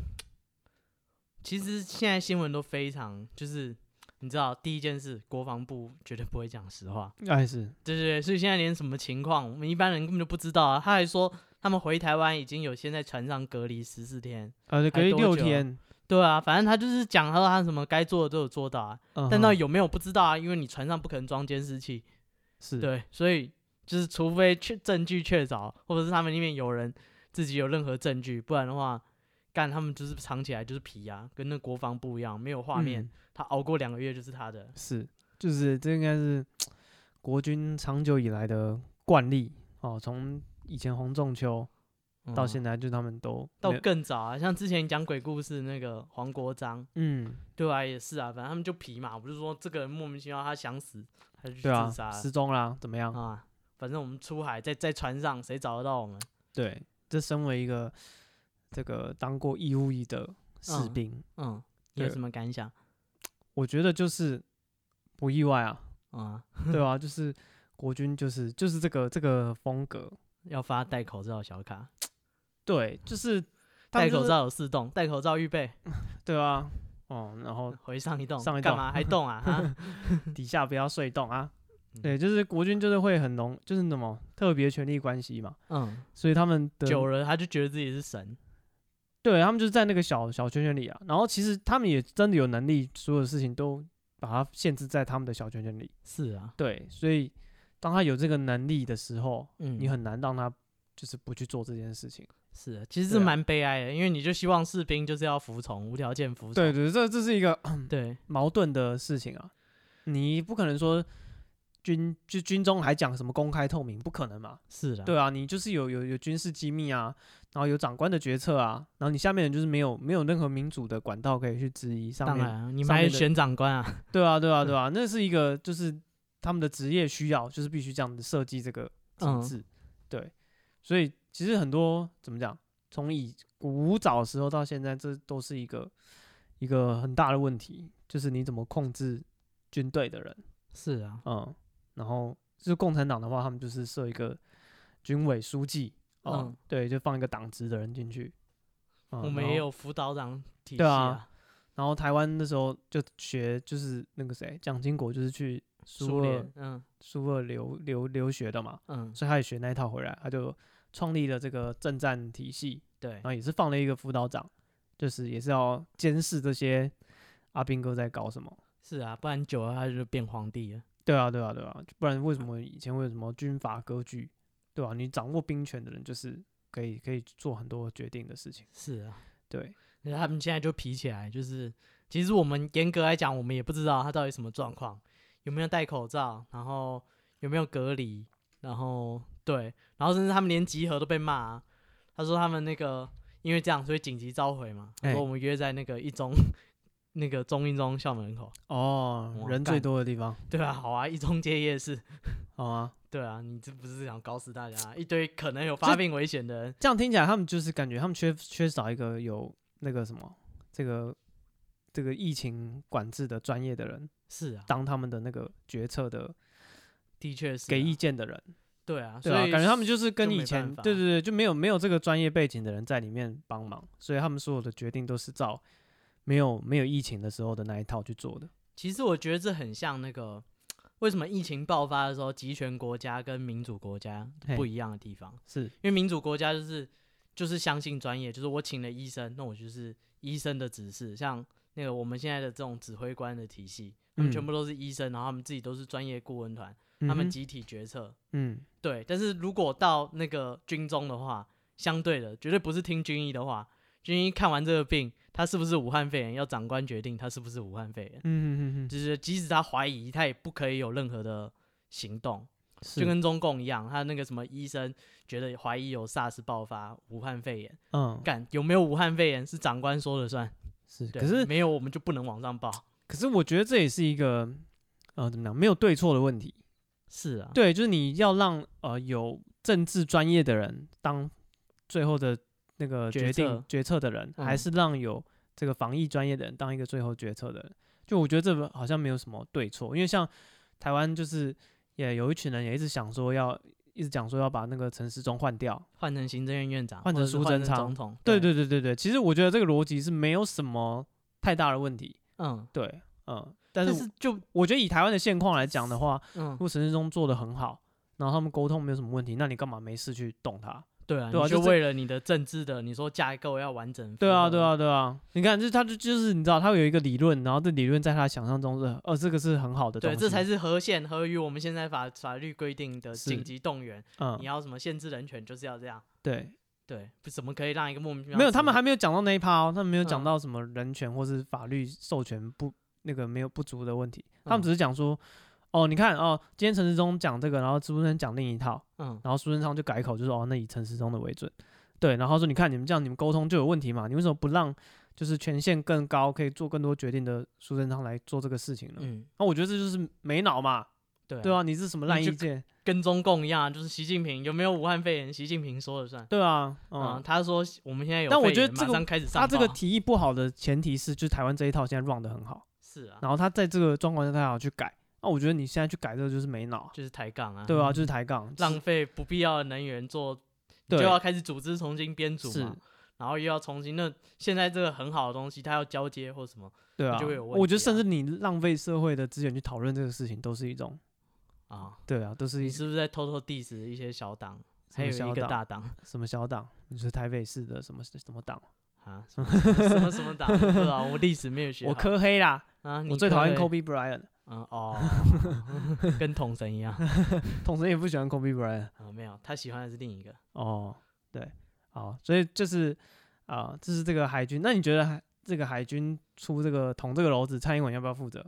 其实现在新闻都非常，就是你知道，第一件事，国防部绝对不会讲实话，
哎是，
对对对，所以现在连什么情况，我们一般人根本就不知道啊。他还说他们回台湾已经有先在船上隔离十四天，
呃，隔
还
离
多
六
久
天，
对啊，反正他就是讲他说他什么该做的都有做到啊，
嗯
但到
哼
底有没有不知道啊，因为你船上不可能装监视器，
是，
对，所以就是除非确证据确凿，或者是他们里面有人自己有任何证据，不然的话，干他们就是藏起来就是皮啊，跟那国防部一样，没有画面，
嗯
他熬过两个月就是他的。
是，就是这应该是国军长久以来的惯例哦，从以前洪仲秋到
嗯
现在，就他们都
到
没有
更早啊，像之前讲鬼故事那个黄国章，
嗯，
对啊，也是啊，反正他们就皮嘛，我不是说这个人莫名其妙他想死，他就去
对啊
自杀，了
失踪啦，怎么样？
啊。反正我们出海在在船上，谁找得到我们？
对，这身为一个这个当过义务役的士
嗯
兵，
嗯，你有
对
什么感想？
我觉得就是不意外啊，
啊，
<laughs> 对啊，就是国军就是就是这个这个风格，
要发戴口罩小卡，
对，就是他
戴
们就
口
是
罩有四动，戴口罩预备，
对啊，哦，然
<laughs>
后
回上一动，
上一
干
动
嘛还
<laughs>
动啊？哈
底下不要睡动啊，
嗯
对，就是国军就是会很浓，就是什么特别权力关系嘛，
嗯，
所以他们的
久了他就觉得自己是神，
对他们就是在那个小小圈圈里啊，然后其实他们也真的有能力，所有事情都把它限制在他们的小圈圈里，
是啊，
对，所以当他有这个能力的时候，
嗯，
你很难让他就是不去做这件事情。
是啊，其实
对
是
啊
蛮悲哀的，因为你就希望士兵就是要服从，无条件服从，
对对，这这是一个
对
矛盾的事情啊。你不可能说军就军中还讲什么公开透明，不可能嘛？
是的，
对啊，你就是有有有军事机密啊，然后有长官的决策啊，然后你下面人就是没有没有任何民主的管道可以去质疑上
当然
面。
啊你
上
们还
面的
选长官啊，
对啊，对啊，对啊，那是一个就是他们的职业需要，就是必须这样子设计这个 <laughs>
嗯
机制。对，所以其实很多怎么讲，从以古早时候到现在，这都是一个一个很大的问题，就是你怎么控制军队的人。
是啊，
嗯，然后就是共产党的话，他们就是设一个军委书记，哦、
嗯
对，就放一个党职的人进去，嗯
我们
然后
也有辅导长体系
对啊，然后台湾那时候就学，就是那个谁，蒋经国就是去
苏
苏俄
联，嗯
苏俄留留留学的嘛，
嗯，
所以他也学那一套回来，他就创立了这个政战体系，
对
然，后也是放了一个辅导长，就是也是要监视这些阿兵哥在搞什么。
是啊，不然久了他就变皇帝了。
对啊，对啊，对啊，不然为什么以前会有什么军阀割据？对啊，你掌握兵权的人就是可以可以做很多决定的事情。
是啊，
对，
可是他们现在就皮起来，就是其实我们严格来讲，我们也不知道他到底什么状况，有没有戴口罩，然后有没有隔离，然后对，然后甚至他们连集合都被骂啊、他说他们那个因为这样，所以紧急召回嘛。他
哎
说我们约在那个一中， <laughs> 那个中一中校门口，
哦，
哇
人最
干
多的地方，
对啊，好啊，一中街夜市，
好啊。
对啊，你这不是想搞死大家啊、一堆可能有发病危险的人，
这样听起来，他们就是感觉他们缺缺少一个有那个什么，这个这个疫情管制的专业的人，
是啊，
当他们的那个决策的
的确是啊、
给意见的人，
对啊，所
对
以、
啊，感觉他们就是跟
就
以
没
前
办法
对对对，就没有没有这个专业背景的人在里面帮忙，所以他们所有的决定都是照没有没有疫情的时候的那一套去做的。
其实我觉得这很像那个为什么疫情爆发的时候，集权国家跟民主国家
嘿
不一样的地方，
是，
因为民主国家就是就是相信专业，就是我请了医生，那我就是医生的指示，像那个我们现在的这种指挥官的体系，他们全
嗯
部都是医生，然后他们自己都是专业顾问团，
嗯
他们
哼
集体决策。
嗯
对，但是如果到那个军中的话，相对的绝对不是听军医的话，军医看完这个病，他是不是武汉肺炎，要长官决定他是不是武汉肺炎。
嗯嗯嗯嗯，
就是即使他怀疑，他也不可以有任何的行动，
是
就跟中共一样，他那个什么医生觉得怀疑有 SARS 爆发、武汉肺炎，
嗯
干有没有武汉肺炎是长官说了算，
是，
对
可是
没有我们就不能往上报。
可是我觉得这也是一个呃怎么讲没有对错的问题，
是啊，
对，就是你要让呃有政治专业的人当最后的那个决
决
定
策
决策的人，还
嗯
是让有这个防疫专业的人当一个最后决策的人？就我觉得这个好像没有什么对错，因为像台湾就是也有一群人也一直想说要一直讲说要把那个陈时中换掉，
换成行政院院长，
换成
或者是
苏
换
贞
成
昌
总统，
对，对对对对，其实我觉得这个逻辑是没有什么太大的问题，
嗯，
对，嗯，但
但
是
是就
我觉得以台湾的现况来讲的话，
嗯
如，果陈时中做的很好，然后他们沟通没有什么问题，那你干嘛没事去动他？
对啊，
对啊
你
就
就
这
为了你的政治的，你说架构要完整，
对啊，
符合
对啊，，对啊，你看，就是他就就是你知道，他有一个理论，然后这理论在他想象中是，呃，这个是很好的东
对，啊
西，
这才是合宪合于我们现在法法律规定的
是
紧急动员，
嗯
你，要什么限制人权就是要这样。
对，
对，不怎么可以让一个莫名其妙
没有，
死
他们
的
还没有讲到那一趴哦，他们没有讲
嗯
到什么人权或是法律授权不那个没有不足的问题，他们
嗯
只是讲说，哦，你看哦，今天陈时中讲这个，然后朱生讲另一套，
嗯
然后苏贞昌就改口，就说哦，那以陈时中的为准。对，然后说你看你们这样，你们沟通就有问题嘛？你为什么不让就是权限更高、可以做更多决定的苏贞昌来做这个事情呢？那、
嗯，
我觉得这就是没脑嘛，
对
对啊，你是什么烂
你
意
就
见？
跟中共一样，就是习近平有没有武汉肺炎，习近平说了算。
对啊，
啊、
嗯，
他说我们现在有肺炎，
但我觉得这个
马上开始上
他这个
报
提议不好的前提是，就是台湾这一套现在 run 的很好，
是啊，
然后他在这个状况下他还要去改，那、我觉得你现在去改这个就是没脑啊，
就是抬杠啊，
对啊，就是抬杠，
浪费不必要的能源做，你
<laughs> 对
就要开始组织重新编组
是
嘛，然后又要重新那现在这个很好的东西，它要交接或什么
对啊
就会有，问
我觉得
题啊
甚至你浪费社会的资源去讨论这个事情，都是一种
啊，
对啊，都是一
你是不是在偷偷 diss 一些小党，
什
还
么
有
小
一个
党
大党
什么小党？你是台北市的什么什么党？ <laughs>
啊？什么什么什么党？不知道，我历史没有学好。
我科黑啦，
啊，你
我最讨厌
科黑
Kobe Bryant， <laughs>
嗯哦， <laughs> 跟统神一样
统神也不喜欢 Kobe Bryant。
啊，没有，他喜欢的是另一个。
哦，对，好，所以就是啊、这是这个海军。那你觉得海这个海军出这个捅这个篓子，蔡英文要不要负责？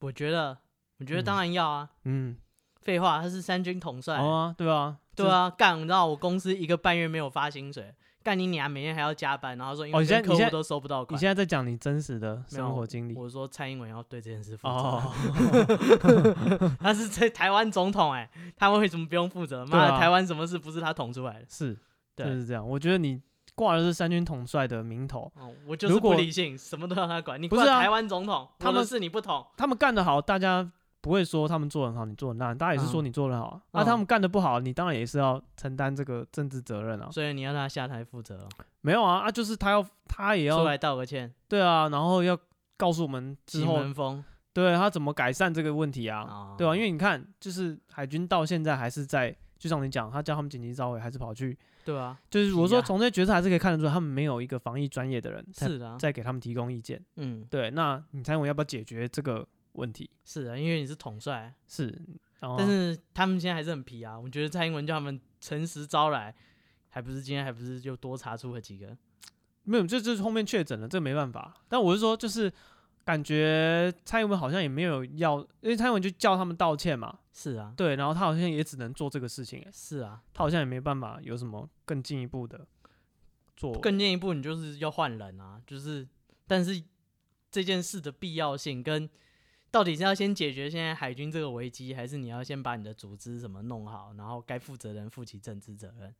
我觉得，我觉得
嗯
当然要啊，
嗯，
废话，他是三军统帅，
好啊，对啊，
对啊，干，你知道我公司一个半月没有发薪水，干你娘，每天还要加班，然后说因
哦
为
你现在
跟客
你现
户
在
都收不到
这。你
款。
现在在讲你真实的
没
生
有
活经历
我说蔡英文要对这件事负责，
哦，
<laughs> 他是在台湾总统哎、他为什么不用负责？妈
对
的，
啊
台湾什么事不是他捅出来的？
是，就
对
是这样。我觉得你挂的是三军统帅的名头，
哦，我就是
如
不
果
理性，什么都让他管。你
不
管
是啊
台湾总统，
他
我的
们
事你不捅，
他们干得好，大家不会说他们做得很好，你做得很烂，大家也是说
嗯
你做得好啊。那、
嗯
他们干的不好，你当然也是要承担这个政治责任啊。
所以你要他下台负责哦、
没有啊，啊，就是他要他也
出
要
来道个歉，
对啊，然后要告诉我们之
洗
后
门风
对他怎么改善这个问题啊，
啊
对啊，因为你看，就是海军到现在还是在，就像你讲，他叫他们紧急召回，还是跑去，
对啊，
就是我
急
说
啊
从这些决策还是可以看得出来，他们没有一个防疫专业的人在
是啊，
在给他们提供意见。
嗯，
对，那你猜我要不要解决这个问题？
是啊，因为你是统帅，
是，然后
但是他们现在还是很皮啊。我觉得蔡英文叫他们诚实招来，还不是今天还不是就多查出了几个？
没有，这这是后面确诊了，这没办法。但我是说，就是感觉蔡英文好像也没有要，因为蔡英文就叫他们道歉嘛，
是啊，
对，然后他好像也只能做这个事情、欸，
是啊，
他好像也没办法有什么更进一步的做。
更进一步，你就是要换人啊，就是，但是这件事的必要性跟到底是要先解决现在海军这个危机，还是你要先把你的组织什么弄好，然后该负责人负起政治责任？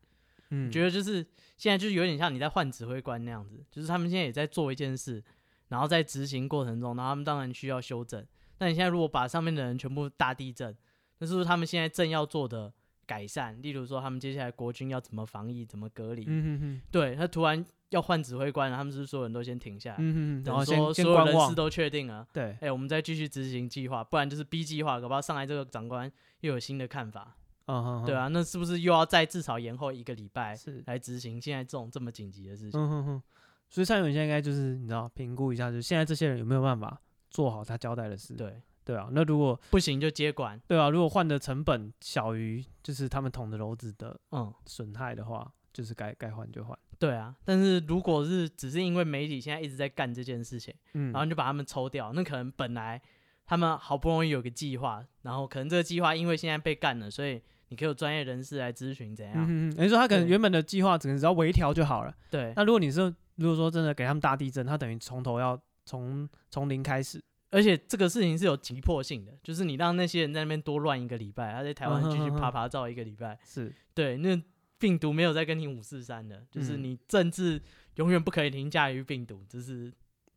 嗯，
觉得就是现在就是有点像你在换指挥官那样子，就是他们现在也在做一件事，然后在执行过程中，然后他们当然需要修正。那你现在如果把上面的人全部大地震，那是不是他们现在正要做的改善？例如说，他们接下来国军要怎么防疫、怎么隔离？
嗯哼哼。
对他突然要换指挥官了，他们是不是所有人都先停下来，
嗯嗯，然
等
后先
说
先
所有
观
人
望
事，都确定了，
对，
哎、我们再继续执行计划，不然就是 B 计划，搞不好上来这个长官又有新的看法，
嗯哼，
对
哼，
啊，那是不是又要再至少延后一个礼拜？
是，
来执行现在这种这么紧急的事情。
嗯哼哼，所以蔡英文现在应该就是你知道评估一下，就是现在这些人有没有办法做好他交代的事，
对，
对啊，那如果
不行就接管。
对啊，如果换的成本小于就是他们捅的篓子的
嗯，
损害的话，就是该该换就换，
对啊。但是如果是只是因为媒体现在一直在干这件事情，
嗯，
然后你就把他们抽掉，那可能本来他们好不容易有个计划，然后可能这个计划因为现在被干了，所以你可以有专业人士来咨询怎样。
嗯嗯，你说他可能
对
原本的计划只能只要微调就好了，
对，
那如果你是如果说真的给他们大地震，他等于从头要从从零开始，
而且这个事情是有急迫性的，就是你让那些人在那边多乱一个礼拜，他在台湾继续
嗯哼哼哼
爬爬照一个礼拜，
是，
对，那病毒没有在跟你五四三的，就是
嗯
你政治永远不可以凌驾于病毒，这是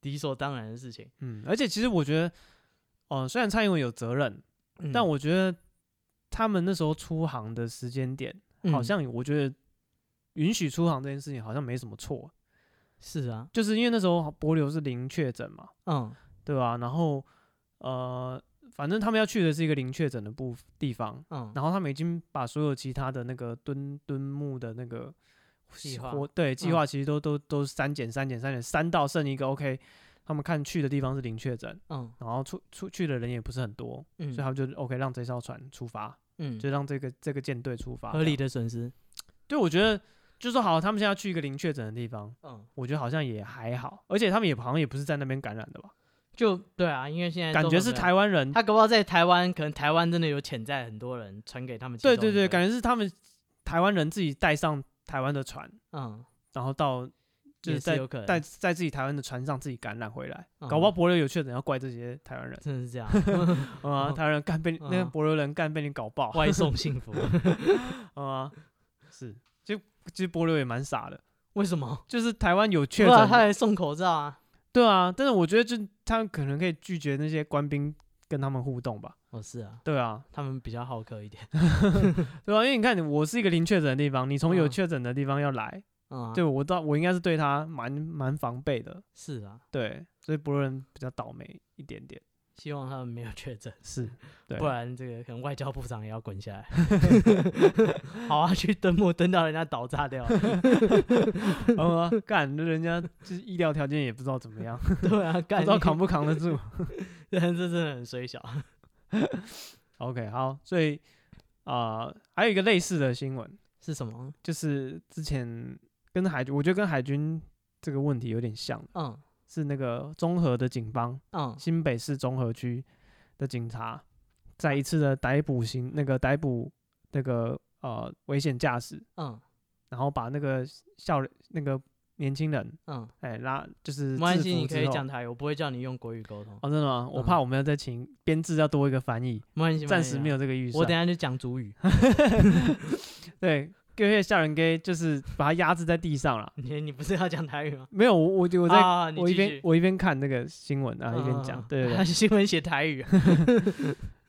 理所当然的事情。
嗯，而且其实我觉得，哦、虽然蔡英文有责任，但
嗯
我觉得他们那时候出航的时间点，好
嗯
像我觉得允许出航这件事情好像没什么错，
是啊，
就是因为那时候博流是零确诊嘛，
嗯，
对吧、然后呃，反正他们要去的是一个零确诊的部地方，
嗯，
然后他们已经把所有其他的那个蹲蹲木的那个
计划
活对计
嗯
划其实都、都都是删减删减删减删到剩一个 OK，他们看去的地方是零确诊，
嗯，
然后出出去的人也不是很多，
嗯，
所以他们就 OK 让这艘船出发，
嗯，
就让这个这个舰队出发。
合理
的，
的损失，
对我觉得就说好，他们现在要去一个零确诊的地方，
嗯，
我觉得好像也还好，而且他们也好像也不是在那边感染的吧？
就对啊，因为现在
感
都
觉
很
是
多人，
台湾人，
他搞不好在台湾，可能台湾真的有潜在很多人传给他们其中
对
一个，
对对，感觉是他们台湾人自己带上台湾的船，
嗯，
然后到就
也
是
是
在
有可能，
在在自己台湾的船上自己感染回来，
嗯
搞不好博流有确诊要怪这些台
<laughs>
湾人
真的是这
<laughs>
样，
啊，台湾人干被你那个
嗯
博流人干被你搞爆 <laughs>
外送幸福，
啊，是，就其实博流也蛮傻的。
为什么？
就是台湾有确
对啊，
诊
他
的，
还送口罩啊，
对啊，但是我觉得就他们可能可以拒绝那些官兵跟他们互动吧，
哦，是啊，
对啊，
他们比较好客一点，
对啊，因为你看我是一个零确诊的地方，你从有
嗯
确诊的地方要来，
嗯啊，
对我到我应该是对他蛮蛮防备的，
是啊，
对，所以博伦比较倒霉一点点，
希望他们没有确诊。
是，对
不，然这个可能外交部长也要滚下来。 <laughs> 好啊，去登木登到人家倒炸掉。 <laughs>
嗯啊，干，人家就是医疗条件也不知道怎
<laughs>
么样，不
对啊，干
知道扛
不，
不扛得住
这真的很水小。
，OK，好，所以啊、呃还有一个类似的新闻，
是什么？
就是之前跟海军，我觉得跟海军这个问题有点像，
嗯
是那个综合的警方，
嗯
新北市综合区的警察，在一次的逮捕行那个逮捕那个呃危险驾驶，
嗯
然后把那个校那个年轻人
嗯，
哎、拉就是制
没关系，
服
你可
之
以
后。
讲台语，我不会叫你用国语沟通。
哦，真的吗？我
嗯
怕我们要再请编制要多一个翻译，
没关系，
暂时没
有。
有这个预算。
我等一下就讲主
<laughs>
语，
对，各位吓人给就是把他压制在地上了。
你你不是要讲台语吗？
没有，我我我在
啊，你
我一
继
边
续
啊
嗯 <laughs>
我一边看那个新闻啊，一边讲，对对
他
对，
新闻写台语啊。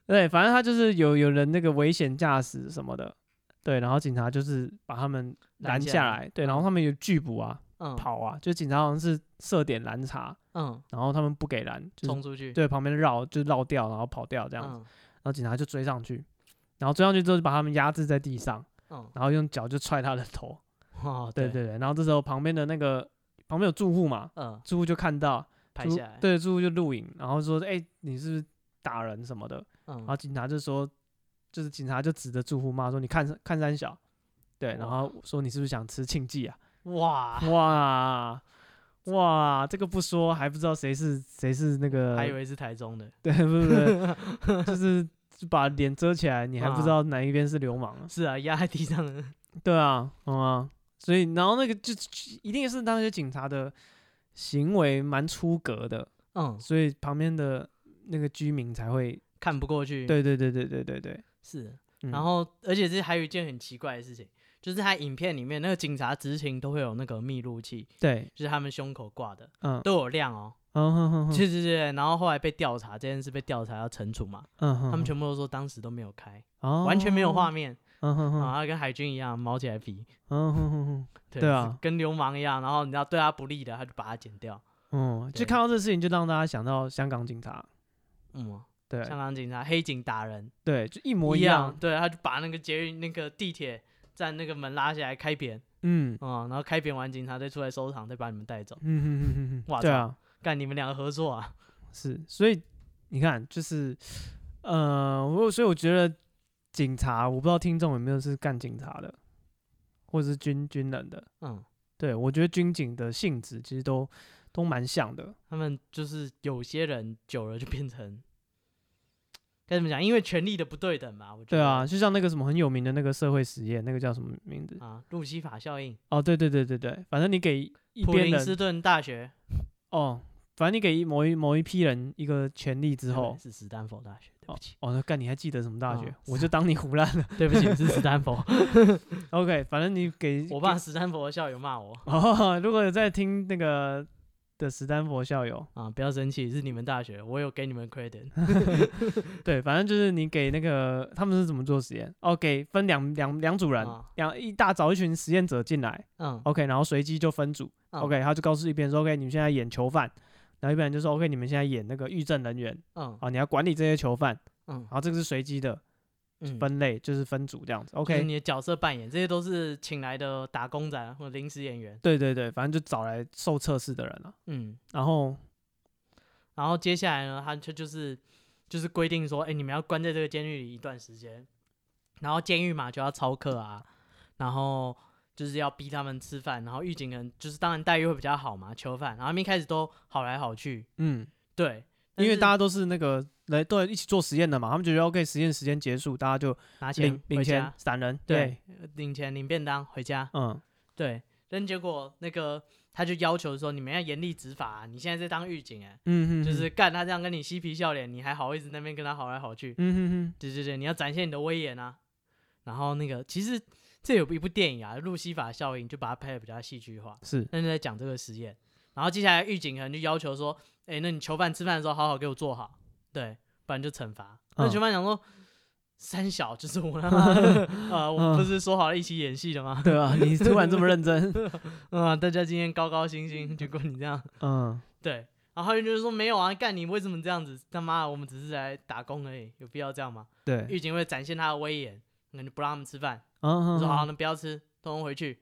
对，反正他就是有有人那个危险驾驶什么的，对，然后警察就是把他们
拦
拦
下
下
来
来，对，然后他们有拒捕啊、
嗯，，
跑啊，就警察好像是设点拦查，
嗯，
然后他们不给拦，就是
冲嗯出去，
对旁边绕就绕掉，然后跑掉这
这
样子，然后警察就追上去，然后追上去之后就把他们压制在地上，
嗯，
然后用脚就踹他的
<laughs>
头，
嗯，哦，
对
对，
对对，然后这时候旁边的那个旁边有住户嘛，
嗯，
住户就看到，
拍
住户
下来，，
对，住户就录影，然后说，哎、你是不是打人什么的？
嗯
然，后警察就说，就是警察就指着住户骂说：“你看看三小，对，然
哇
后说你是不是想吃庆记啊？
哇，
哇哇，这个不说还不知道谁是谁是那个，
还以为是台中的，
<laughs> 对，不是不是，
<laughs>
就是就把脸遮起来，你还不知道
啊
哪一边是流氓啊？
是啊，压在地上的，
对啊，嗯啊，所以然后那个就一定是那些警察的行为蛮出格的，
嗯，
所以旁边的那个居民才会，
看不过去，，
对对对对对对对，
是，
嗯
然后而且这还有一件很奇怪的事情，就是他影片里面那个警察执勤都会有那个密录器，
对，
就是他们胸口挂的，
嗯
都有亮哦，
嗯哼哼哼，
对对对，然后后来被调查这件事被调查要惩处嘛，
嗯哼
他们
哼
全部都说当时都没有开，
哦
完全没有画，面，啊
嗯哼哼，
然后跟海军一样毛起来比，
嗯哼哼哼，
对
对啊，
跟流氓一样，然后你知道对他不利的，他就把它剪掉。
嗯，
对
就看到这事情就让大家想到香港警察，
嗯，
对
香港警察黑警打人
对，就一模
一
一样，
对，他就把那个捷运、那个地铁站那个门拉下来开扁，
嗯
嗯，然后开扁完，警察再出来收场，再把你们带走
嗯。嗯嗯嗯嗯，
哇
对啊，
干，你们两个合作啊？
是，所以你看，就是呃，我所以我觉得警察，我不知道听众有没有是干警察的，或者是军军人的，
嗯，
对我觉得军警的性质其实都都蛮像的，
他们就是有些人久了就变成该怎么讲？因为权力的不对等嘛，我觉
对
得。
啊，就像那个什么很有名的那个社会实验，那个叫什么名字？
啊，路西法效应，
哦，对对对对对，反正你给一
普
边
林斯
人
顿大学
哦，反正你给一某一某一批人一个权利之
对
后，
是斯坦福大学，对
哦
不起，
哦，那干你还记得什么大学
啊？
我就当你胡乱了。 <laughs>
对不起，是斯坦福。
OK，反正你给
我爸斯坦福的校友骂我
<laughs> 哦，如果有在听那个的史丹佛校友，
啊，不要生气，是你们大学，我有给你们 credit。
对，反正就是你给那个他们是怎么做实验？哦，给分两两两组人
啊，
两、一大早一群实验者进来
嗯
，OK，然后随机就分组、
嗯
o k 他就告诉一边说，OK，你们现在演囚犯，然后一边人就说，OK，你们现在演那个狱政人员，
嗯
啊，你要管理这些囚犯，
嗯
然后这个是随机的
嗯
分类，就是分组这样子
就是
，OK，
你的角色扮演，这些都是请来的打工仔或者临时演员。
对对对，反正就找来受测试的人了、
嗯，
然后
然后接下来呢，他就就是就是规定说，哎、你们要关在这个监狱里一段时间，然后监狱嘛就要操课啊，然后就是要逼他们吃饭，然后狱警可能就是当然待遇会比较好嘛，囚犯，然后他们一开始都好来好去，
嗯，
对，
因为大
家
家都是那个来都一起做实验的嘛，他们觉得 OK，实验时间结束，大家就
拿钱
领领
回
钱
家，
散人，
对
对，
领钱领便当回家，
嗯，
对，但结果那个他就要求说，你们要严厉执法、啊，你现在在当狱警哎、
嗯哼，
就是干他这样跟你嬉皮笑脸，你还好意思那边跟他好来好去？
嗯哼
对对对，你要展现你的威严啊。然后那个其实这有一部电影啊，《路西法效应》，就把它拍的比较戏剧化，
哼，
<laughs>
是，
那就在讲这个实验。然后接下来狱警可能就要求说，哎，那你囚犯吃饭的时候好好给我做好，对，不然就惩罚。那
嗯
囚犯想说。三小就是我他妈的呃，我们不是说好了一起演戏的吗？ <laughs>
对啊，你突然这么认真，
啊、大家今天高高兴兴，结果你这样，
<laughs> 嗯，
对，然后他就说没有啊，干你为什么这样子？他妈的，我们只是来打工而已，有必要这样吗？
对，
狱警会展现他的威严，那就不让他们吃饭，
嗯
就说好，
哼，
那不要吃，通通回去。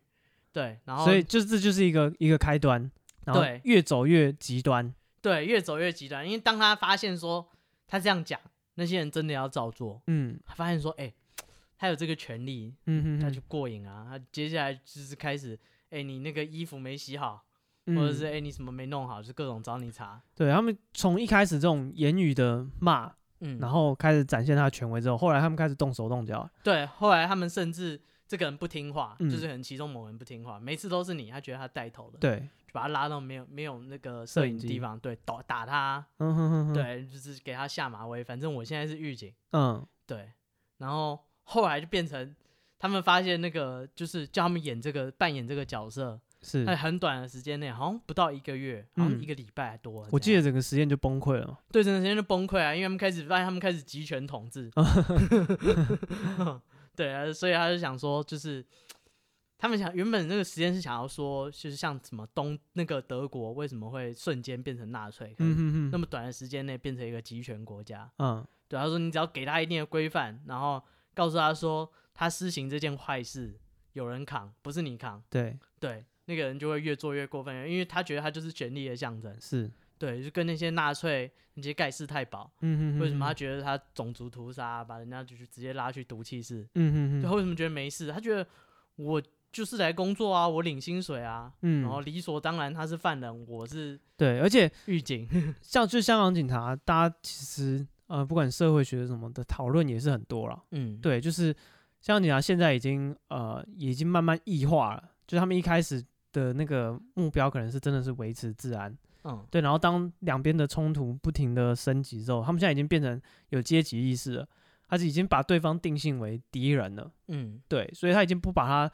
对，然后
所以就这就是一个一个开端，然后
对
越走越极端，
对越走越极端，因为当他发现说他这样讲，那些人真的要照做，
嗯
他发现说，哎、他有这个权利，
嗯哼
他
哼，
就过瘾啊。他接下来就是开始，哎、你那个衣服没洗好，或者是哎、
嗯
你什么没弄好，就各种找你茬。
对他们从一开始这种言语的骂，
嗯，
然后开始展现他的权威之后，后来他们开始动手动脚，
对，后来他们甚至这个人不听话，
嗯
就是可能其中某人不听话，每次都是你，他觉得他带头的，，
对，
就把他拉到没有没有那个
摄
摄
影
影的
机
地方，对，打打他，
嗯哼哼哼，，
对，就是给他下马威，反正我现在是狱警，
嗯
对，然后后来就变成他们发现那个就是叫他们演这个扮演这个角色，
是
在很短的时间内，好像不到一个月，好像
嗯
一个礼拜还多。
我记
得。
得整个实验就崩溃了嘛。
对，整个时间就崩溃啊，因为他们开始发现他们开始集权统治，
哦
<laughs> 对啊，所以他就想说，就是他们想原本这个实验是想要说，就是像什么东那个德国为什么会瞬间变成纳粹，可能
嗯
那
哼哼，
么短的时间内变成一个集权国家，
嗯
对，他说你只要给他一定的规范，然后告诉他说他施行这件坏事，有人扛，不是你扛，
对
对，那个人就会越做越过分，因为他觉得他就是权力的象征，
是，
对，就跟那些纳粹那些盖世太保。
嗯哼哼，
为什么他觉得他种族屠杀、把人家就是直接拉去毒气室？
嗯
对，
哼
他
哼，
为什么觉得没事？他觉得我就是来工作啊，我领薪水啊，然后
嗯，
理所当然他是犯人，我是
对，而且
狱警。 <laughs>
像就香港警察，大家其实呃，不管社会学什么的讨论也是很多了。
嗯，，
对，就是香港警察现在已经呃，也已经慢慢异化了，就他们一开始的那个目标可能是真的是维持治安，
嗯，
对，然后当两边的冲突不停的升级之后，他们现在已经变成有阶级意识了，他是已经把对方定性为敌人了，
嗯，
对，所以他已经不把他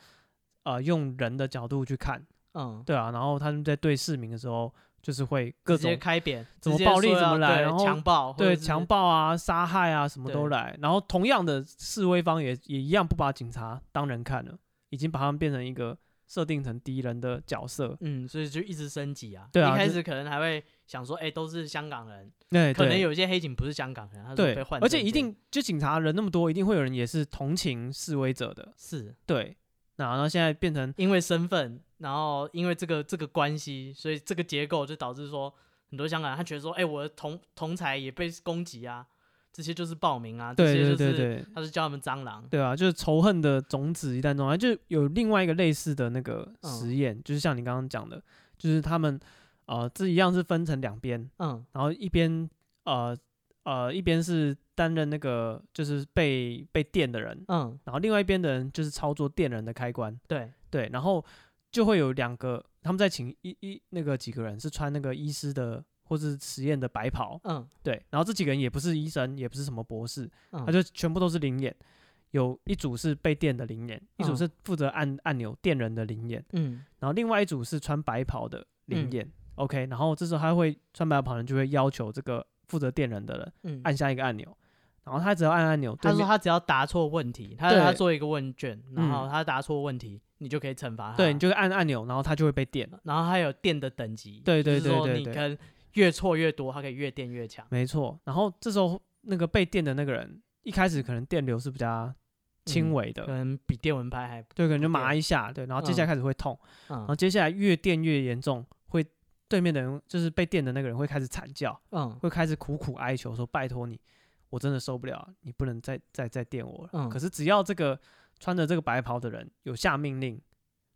呃用人的角度去看，
嗯，
对啊，然后他们在对市民的时候，就是会各
直接
种
开扁，
怎么
直接
暴力
说
怎么
要
来
对
然后
强暴，
对强，暴啊、杀害啊什么都
对
来，然后同样的示威方也也一样不把警察当人看了，已经把他们变成一个设定成敌人的角色，
嗯，所以就一直升级啊。
对啊
一开
就
始可能还会想说，哎，都是香港人，
对，
可
哎对
能有一些黑警不是香港人，他是
对
被，换证件，
而且一定就警察人那么多，一定会有人也是同情示威者的，
是
对，那然后现在变成
因为身份，然后因为这个这个关系，所以这个结构就导致说，很多香港人他觉得说，哎、我的同同才也被攻击啊，这些就是暴民啊，这
对
些就
对
是
对对
他就叫他们蟑螂，
对啊，就是仇恨的种子一旦种下，就有另外一个类似的那个
嗯
实验，就是像你刚刚讲的，就是他们呃，这一样是分成两边，
嗯
然后一边呃呃一边是担任那个就是被被电的人，
嗯，
然后另外一边的人就是操作电人的开关，
对，
对，然后就会有两个他们在请一一那个几个人是穿那个医师的或是实验的白袍，
嗯
对，然后这几个人也不是医生，也不是什么博士，
嗯，
他就全部都是灵眼。有一组是被电的灵眼，一组
嗯
是负责按按钮电人的灵眼，
嗯
然后另外一组是穿白袍的灵
嗯
眼、o k 然后这时候他会穿白袍的人就会要求这个负责电人的人
嗯，
按下一个按钮，然后他只要按按钮，
他
对
说
面
他只要答错问题，他
对
他做一个问卷，然后
嗯
他答错问题，你就可以惩罚他，
对你就会按按钮，然后他就会被电，
然后还有电的等级，
对
就
对
是
对
说
对
你
对
跟越错越多，他可以越电越强，
没错。然后这时候那个被电的那个人一开始可能电流是比较轻
嗯
微的，
可能比电蚊拍还，
对，可能就
不
麻一下，对，然后接下来开始会痛，然后
嗯
接下来越电越严重，会对面的人就是被电的那个人会开始惨叫，
嗯
会开始苦苦哀求说：“拜托你，我真的受不了了，你不能再再再电我了。
嗯
可是只要这个穿着这个白袍的人有下命令，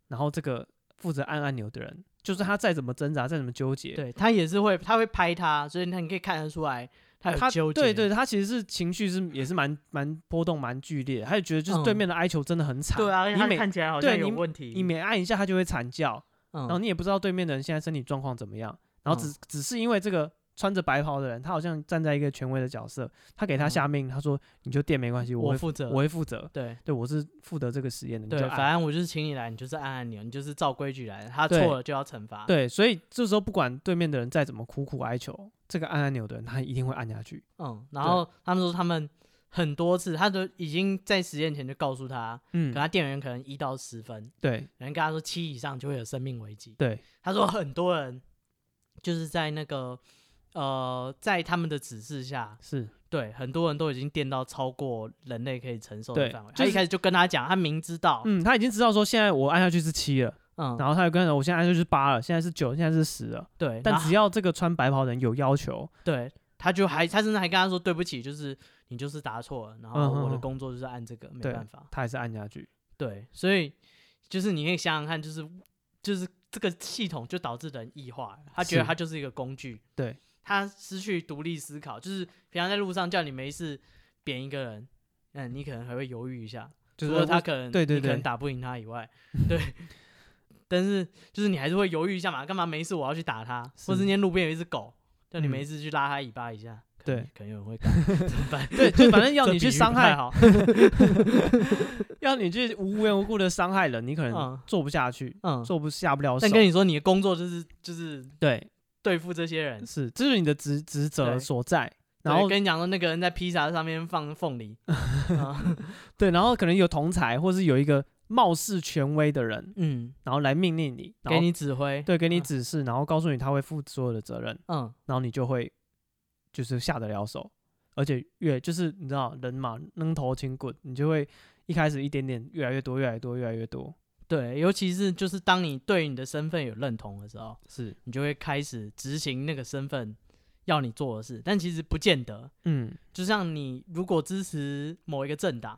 然后这个负责按按钮的人，就是他再怎么挣扎，再怎么纠结，
对他也是会，他会拍他，所以他你可以看得出来他有
他
纠结。
对对，他其实是情绪是也是蛮蛮波动蛮剧烈的，他就觉得就是对
嗯
面的哀求真的很惨，
对啊，而且
你
他
每
看起来好
对
像有
你
问题。
你每按一下他就会惨叫，
嗯
然后你也不知道对面的人现在身体状况怎么样，然后只、只是因为这个穿着白袍的人，他好像站在一个权威的角色，他给他
嗯
下命，他说你就电没关系，我
我
会
负责，
我会负责，
对
对我是负责这个实验的，你
对，
就按。
反正我就是请你来，你就是按按钮，你就是照规矩来，他
对
错了就要惩罚。，
对，所以这时候不管对面的人再怎么苦苦哀求，这个按按钮的人他一定会按下去。
嗯，然
对
后他们说他们很多次，他都已经在实验前就告诉他，
嗯
可，他店员可能一到十分，
对
有人跟他说七以上就会有生命危机。
对，
他说很多人就是在那个呃，在他们的指示下，
是，
对，很多人都已经电到超过人类可以承受的
对
范围。
就
他一
是
开始就跟他讲，他明知道，
嗯，他已经知道说现在我按下去是七了，
哦嗯，
然后他就跟他说我现在按下去是八了，现在是九，现在是十了。
对，
但
然后
只要这个穿白袍的人有要求，
对，他就还他甚至还跟他说对不起，就是你就是答错了，然后
嗯
我的
嗯嗯
工作就是按这个，没
对
办法。
他还是按下去。
对，所以就是你可以想想看，就是就是这个系统就导致人异化了，他觉得
是
他就是一个工具，
对
他失去独立思考，就是平常在路上叫你没事扁一个人。嗯，你可能还会犹豫一下，
就是
除了
说
他可能
对对
你可能
对
打不赢他以外， <laughs> 对。但是就是你还是会犹豫一下嘛，干嘛没事我要去打他，
是
或是今天路边有一只狗，叫你
嗯
没事去拉它尾巴一下，可能
对，
可能有人会改， <laughs> 怎么办？
对，就反正要
<laughs> 这
你去
比喻
伤
不太
害，
好，
要你去无缘无故的伤害人，你可能
嗯
做不下去，
嗯。
做不下不了手
但。跟你说，你的工作就是就是
对，
对付这些人。
是，这是你的职职责
对
所在。然
对
后
跟你讲说，那个人在披萨上面放
<laughs>
凤梨，啊
对，然后可能有同才，或是有一个貌似权威的人，
嗯，
然后来命令你，然
给
后
你指挥，
对给你
嗯
指示，然后告诉你他会负所有的责任，
嗯，
然后你就会就是下得了手，而且越就是你知道人嘛，扔头轻棍，你就会一开始一点点越来越多，越来越多，越来越多，
对，尤其是就是当你对你的身份有认同的时候，
是，
你就会开始执行那个身份要你做的事，但其实不见得。
嗯，
就像你如果支持某一个政党，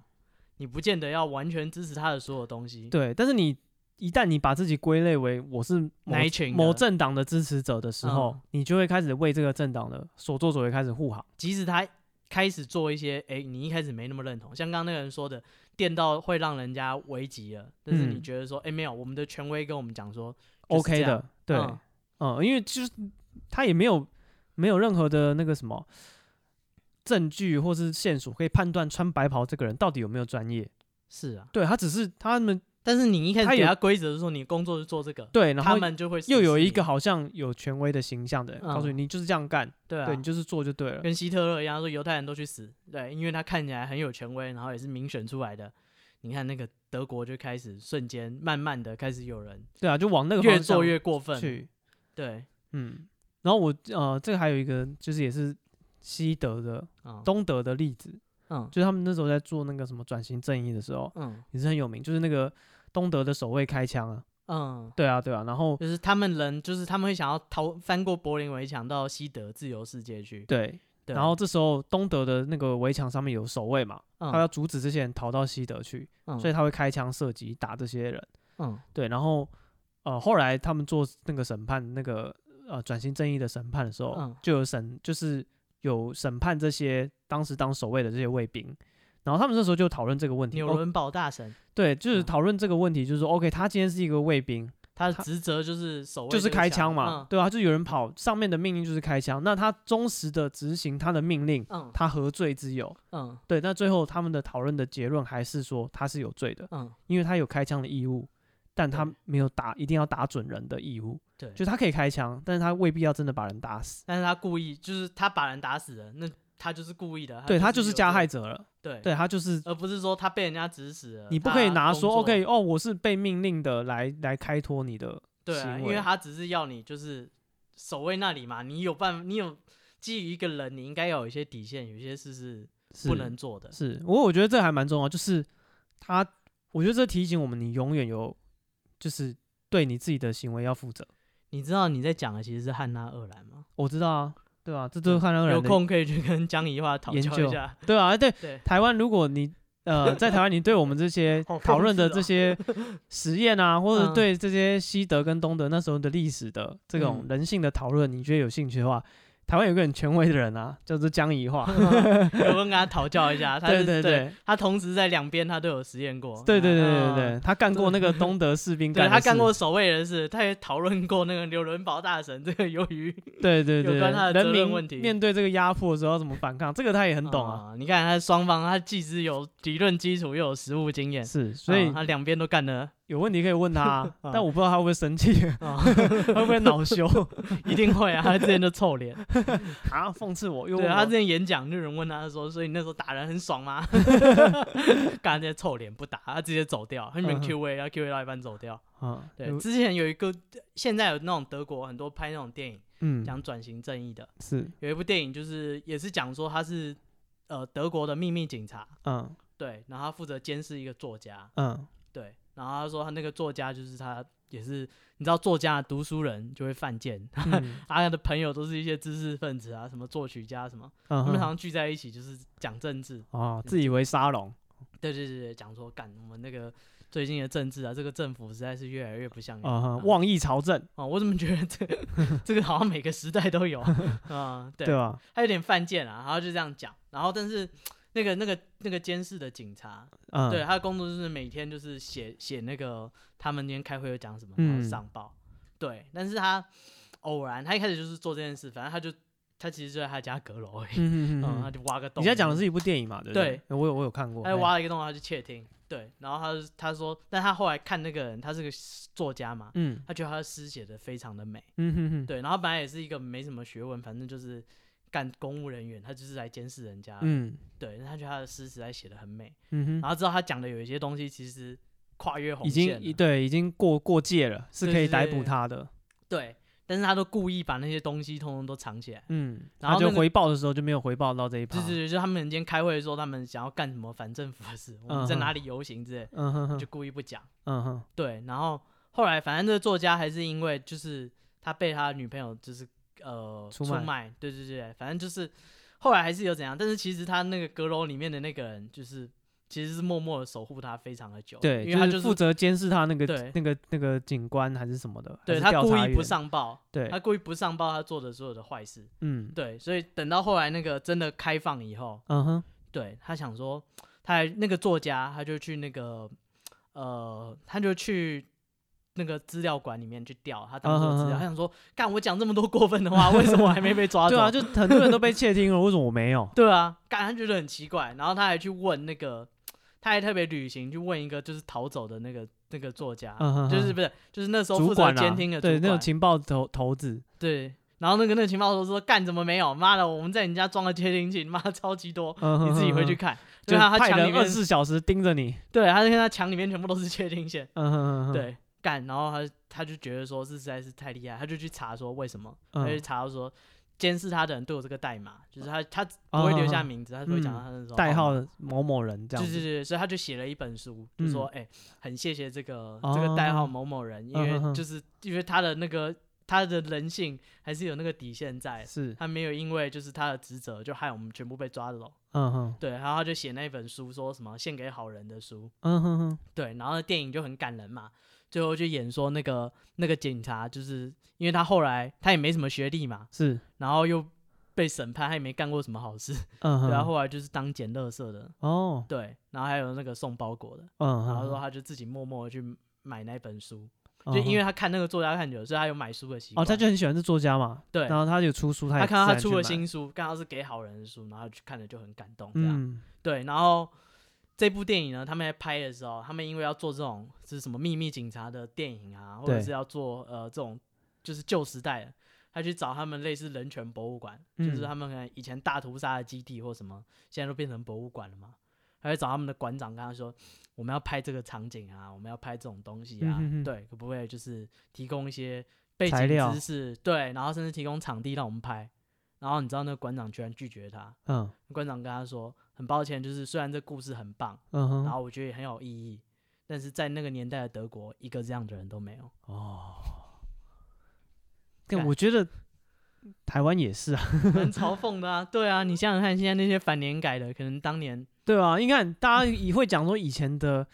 你不见得要完全支持他的所有东西。
对。但是你一旦你把自己归类为我是某
哪一群的
某政党的支持者的时候，
嗯
你就会开始为这个政党的所作所为开始护航。
即使他开始做一些，哎、你一开始没那么认同，像刚刚那个人说的，电到会让人家危急了，但是
嗯
你觉得说，哎、没有，我们的权威跟我们讲说
OK
这样
的，对，
嗯
嗯因为就是他也没有没有任何的那个什么证据或是线索可以判断穿白袍这个人到底有没有专业，
是啊，
对他只是他们
但是你一开始
他
给
有
他规则的时候，你的工作是做这个，
对，然
他
后
们就会
又有一
指示
个
你
好像有权威的形象的人，告诉你你就是这样干，
嗯对啊，
对你就是做就对了，
跟希特勒一样说犹太人都去死，对，因为他看起来很有权威，然后也是民选出来的。你看那个德国就开始瞬间慢慢的开始有人
对啊，就往那个
越
方向
做越过分，
去，
对，
嗯，然后我呃，这个还有一个就是也是西德的
嗯
东德的例子，
嗯
就是他们那时候在做那个什么转型正义的时候
嗯
也是很有名，就是那个东德的守卫开枪啊。
嗯，
对啊，对啊，然后
就是他们人就是他们会想要逃翻过柏林围墙到西德自由世界去，
对，
对，啊
然后这时候东德的那个围墙上面有守卫嘛，他要阻止这些人逃到西德去，
嗯
所以他会开枪射击打这些人。
嗯
对，然后呃，后来他们做那个审判，那个呃转型正义的审判的时候，
嗯
就有审就是有审判这些当时当守卫的这些卫兵。然后他们这时候就讨论这个问题，
纽
哦、
伦堡大神，
对，就是
嗯
讨论这个问题，就是说，OK，他今天是一个卫兵，
他
他
的职责就是守卫
就
这
是
个墙，嗯
开枪嘛，对啊，就有人跑，上面的命令就是开枪，那他忠实的执行他的命令，
嗯，
他何罪之有？
嗯
对，那最后他们的讨论的结论还是说他是有罪的
嗯，嗯，
因为他有开枪的义务，但他
对
没有打一定要打准人的义务，
对，
就他可以开枪，但是他未必要真的把人打死，
但是他故意就是他把人打死了，那他就是故意的，
对他就
有
是加
罪
害，者了，
对
对他就是
而不是说他被人家指使了。
你不
他
可以拿说
工作
OK 哦，我是被命令的来来开脱你的
对啊、
行
因为
为，
他只是要你就是守卫那里嘛，你有办法，你有基于一个人，你应该要有一些底线，有些事是
是
不能做的。
是，我我觉得这还蛮重要，就是他，我觉得这提醒我们，你永远有，就是对你自己的行为要负责。
你知道你在讲的其实是汉娜·厄兰吗？
我知道啊，对啊，这就是汉人
有
人的，
空可以去跟江宜桦讨
研
教
究 <laughs>
一下。
对啊，对
对
台湾，如果你
<laughs>
呃在台湾，你对我们这些
好
讨论的
讽刺
这
哦 <laughs>
些实验啊，或者
嗯
对这些西德跟东德那时候的历史的这种
嗯
人性的讨论，你觉得有兴趣的话，台湾有个很权威的人
<laughs>
啊，叫做江宜桦，
<laughs> 有空跟他讨教一下，他
对
是
对
对，
对。
他同时在两边他都有实验过。
对对对对
嗯
对对，他干过那个东德士兵
对
干的
他
事，
干过守卫人士，他也讨论过那个纽伦堡大神这个鱿鱼
对对
有
对，
关他的
人
责任
民
问题
面对这个压迫的时候要怎么反抗，这个他也很懂啊。
啊你看他双方，他既是有理论基础，又有实务经验，
是，所以
啊他两边都干了，
有问题可以问他
<laughs>
啊，
啊
但我不知道他会不会生气，
啊
<laughs> 会不会恼
<laughs>
羞
<laughs> 一定会啊。他之前就臭脸，
啊，讽刺我，又
对
问
他
我
之前演讲，就有人问他说，所以你那时候打人很爽吗？ <laughs> 干这些臭脸不打，他直接走掉，他
嗯
明
哼
Q A，然后 Q A 到一半走掉。
啊，
对，
有
之前有一个，现在有那种德国很多拍那种电影
嗯，
讲转型正义的，
是，
有一部电影就是也是讲说他是呃德国的秘密警察，
嗯
对，然后他负责监视一个作家，
嗯
对，然后他说他那个作家就是他也是，你知道作家读书人就会犯贱， <laughs> 啊
嗯
他的朋友都是一些知识分子啊，什么作曲家什么，他们常
嗯，
常聚在一起就是讲政治，
哦，自以为沙龙，
对对对对，讲说干我们那个最近的政治啊，这个政府实在是越来越不像样
啊哈
啊，
妄议朝政，
啊，我怎么觉得这个
<laughs>
这个好像每个时代都有啊，对
对，哦吧？
他有点犯贱啊，然后就这样讲，然后但是那个那个那个监视的警察，
嗯，
对，他啊的工作就是每天就是写写那个他们今天开会有讲什么，
嗯
然后上报。对，但是他偶然，他一开始就是做这件事，反正他就他其实就在他家阁楼而已，
嗯嗯
嗯，
嗯
他
嗯。
就挖个洞。
你现在讲的是一部电影嘛？对不对？我有我有看过。哎
他就挖了一个洞，他就窃听。对，然后他就他说，但他后来看那个人，他是个作家嘛，
嗯
他觉得他的诗写的非常的美。
嗯哼哼，
对，然后本来也是一个没什么学问，反正就是干公务人员，他就是来监视人家。
嗯
对，他觉得他的诗实在写的很美。
嗯
然
哼，
后知啊道他讲的有一些东西其实跨越红
已
线了，
经对已经过过界了，是可以
对对
逮
对
捕他的。
对但是他都故意把那些东西通通都藏起来。
嗯，
然
他
后
就
那个
回报的时候就没有回报到这一趴
对。对对，就他们今天开会的时候，他们想要干什么反政府的事，我们在
嗯哼
哪里游行之类，
嗯哼
就
哼，
故意不讲。
嗯哼，
对，然后后来反正这个作家还是因为就是他被他女朋友就是呃
出
出
卖
对对对，反正就是后来还是有怎样，但是其实他那个阁楼里面的那个人就是其实是默默的守护他非常的久，
对，
因为他
就是
是
负责监视他那个
对
那个那个警官还是什么的，
对
还是
他
调
故
查
意不
员，
上报，
对
他，故意不上报他做的所有的坏事，
嗯
对，所以等到后来那个真的开放以后，
嗯哼，
对他想说，他还那个作家他就去那个呃，他就去那个资料馆里面去调他当初的资料，
嗯嗯嗯
他想说，干我讲这么多过分的话，为什么我还没被抓走？
<laughs> 对啊，就很多人都被窃听了，为什么我没有？
<laughs> 对啊，干他觉得很奇怪，然后他还去问那个，他还特别旅行去问一个就是逃走的那个那个作家，
嗯哼，
就是
哼
不是就是那时候
主
负责
管啊
监听的主
对那种
管
情报头头子，
对，然后那个那个情报说说干怎么没有？妈的，我们在你家装了窃听器，妈的超级多，
你
你自己回去看。
嗯就
对啊，他
派
墙里
人
面
二十四小时盯着你，
对，他就看他墙里面全部都是确定线，
嗯哼哼，
对，干，然后他他就觉得说是实在是太厉害，他就去查说为什么，他就
嗯，
查到说监视他的人都有这个代码，就是他他
啊哦
不会留下名字，哦他只会讲到他那
嗯
种
代号，某某人这
对
样
对
子，
对，
嗯
对所以他就写了一本书，就说哎，很谢谢这个这
哦
个代号某某人，因
嗯哼哼
为就是因为他的那个他的人性还是有那个底线在。
是，
他没有因为就是他的职责就害我们全部被抓走，
嗯哼，
对，然后他就写那一本书，说什么献给好人的书，
嗯哼哼，
对，然后电影就很感人嘛，最后就演说那个那个警察，就是因为他后来他也没什么学历嘛，
是，
然后又被审判，他也没干过什
<laughs>
么好事，
嗯哼，
然后后来就是当捡垃圾的，
哦，
对，然后还有那个送包裹的，
嗯，
然后说
嗯
他就自己默默的去买那本书，
哼
就因为他看那个作家看久了，所以他有买书的习
哦，
惯。
他就很喜欢这作家嘛，
对，
然后他有出书，他
他
也
看到
自
他
然
出了
去买，
新书，刚好是给好人的书，然后去看了就很感动，这样、
嗯，
对，然后。这部电影呢，他们在拍的时候，他们因为要做这种是什么秘密警察的电影啊，或者
对
是要做呃这种就是旧时代的，他去找他们类似人权博物馆，就是
嗯
他们可能以前大屠杀的基地或什么，现在都变成博物馆了嘛。他去找他们的馆长，跟他说我们要拍这个场景啊，我们要拍这种东西
嗯
啊，
哼哼
对，可不可以就是提供一些背
材
景
料
知识，对，然后甚至提供场地让我们拍。然后你知道那个馆长居然拒绝他，
嗯
馆长跟他说：“很抱歉，就是虽然这故事很棒，
嗯
然
哼，
后我觉得也很有意义，但是在那个年代的德国，一个这样的人都没
<laughs>
有。
哦，但
干
我觉得台湾也是啊，
很嘲讽的啊，对啊，你想想看，现在那些反年改的，可能当年
对啊，你看大家也会讲说以前的。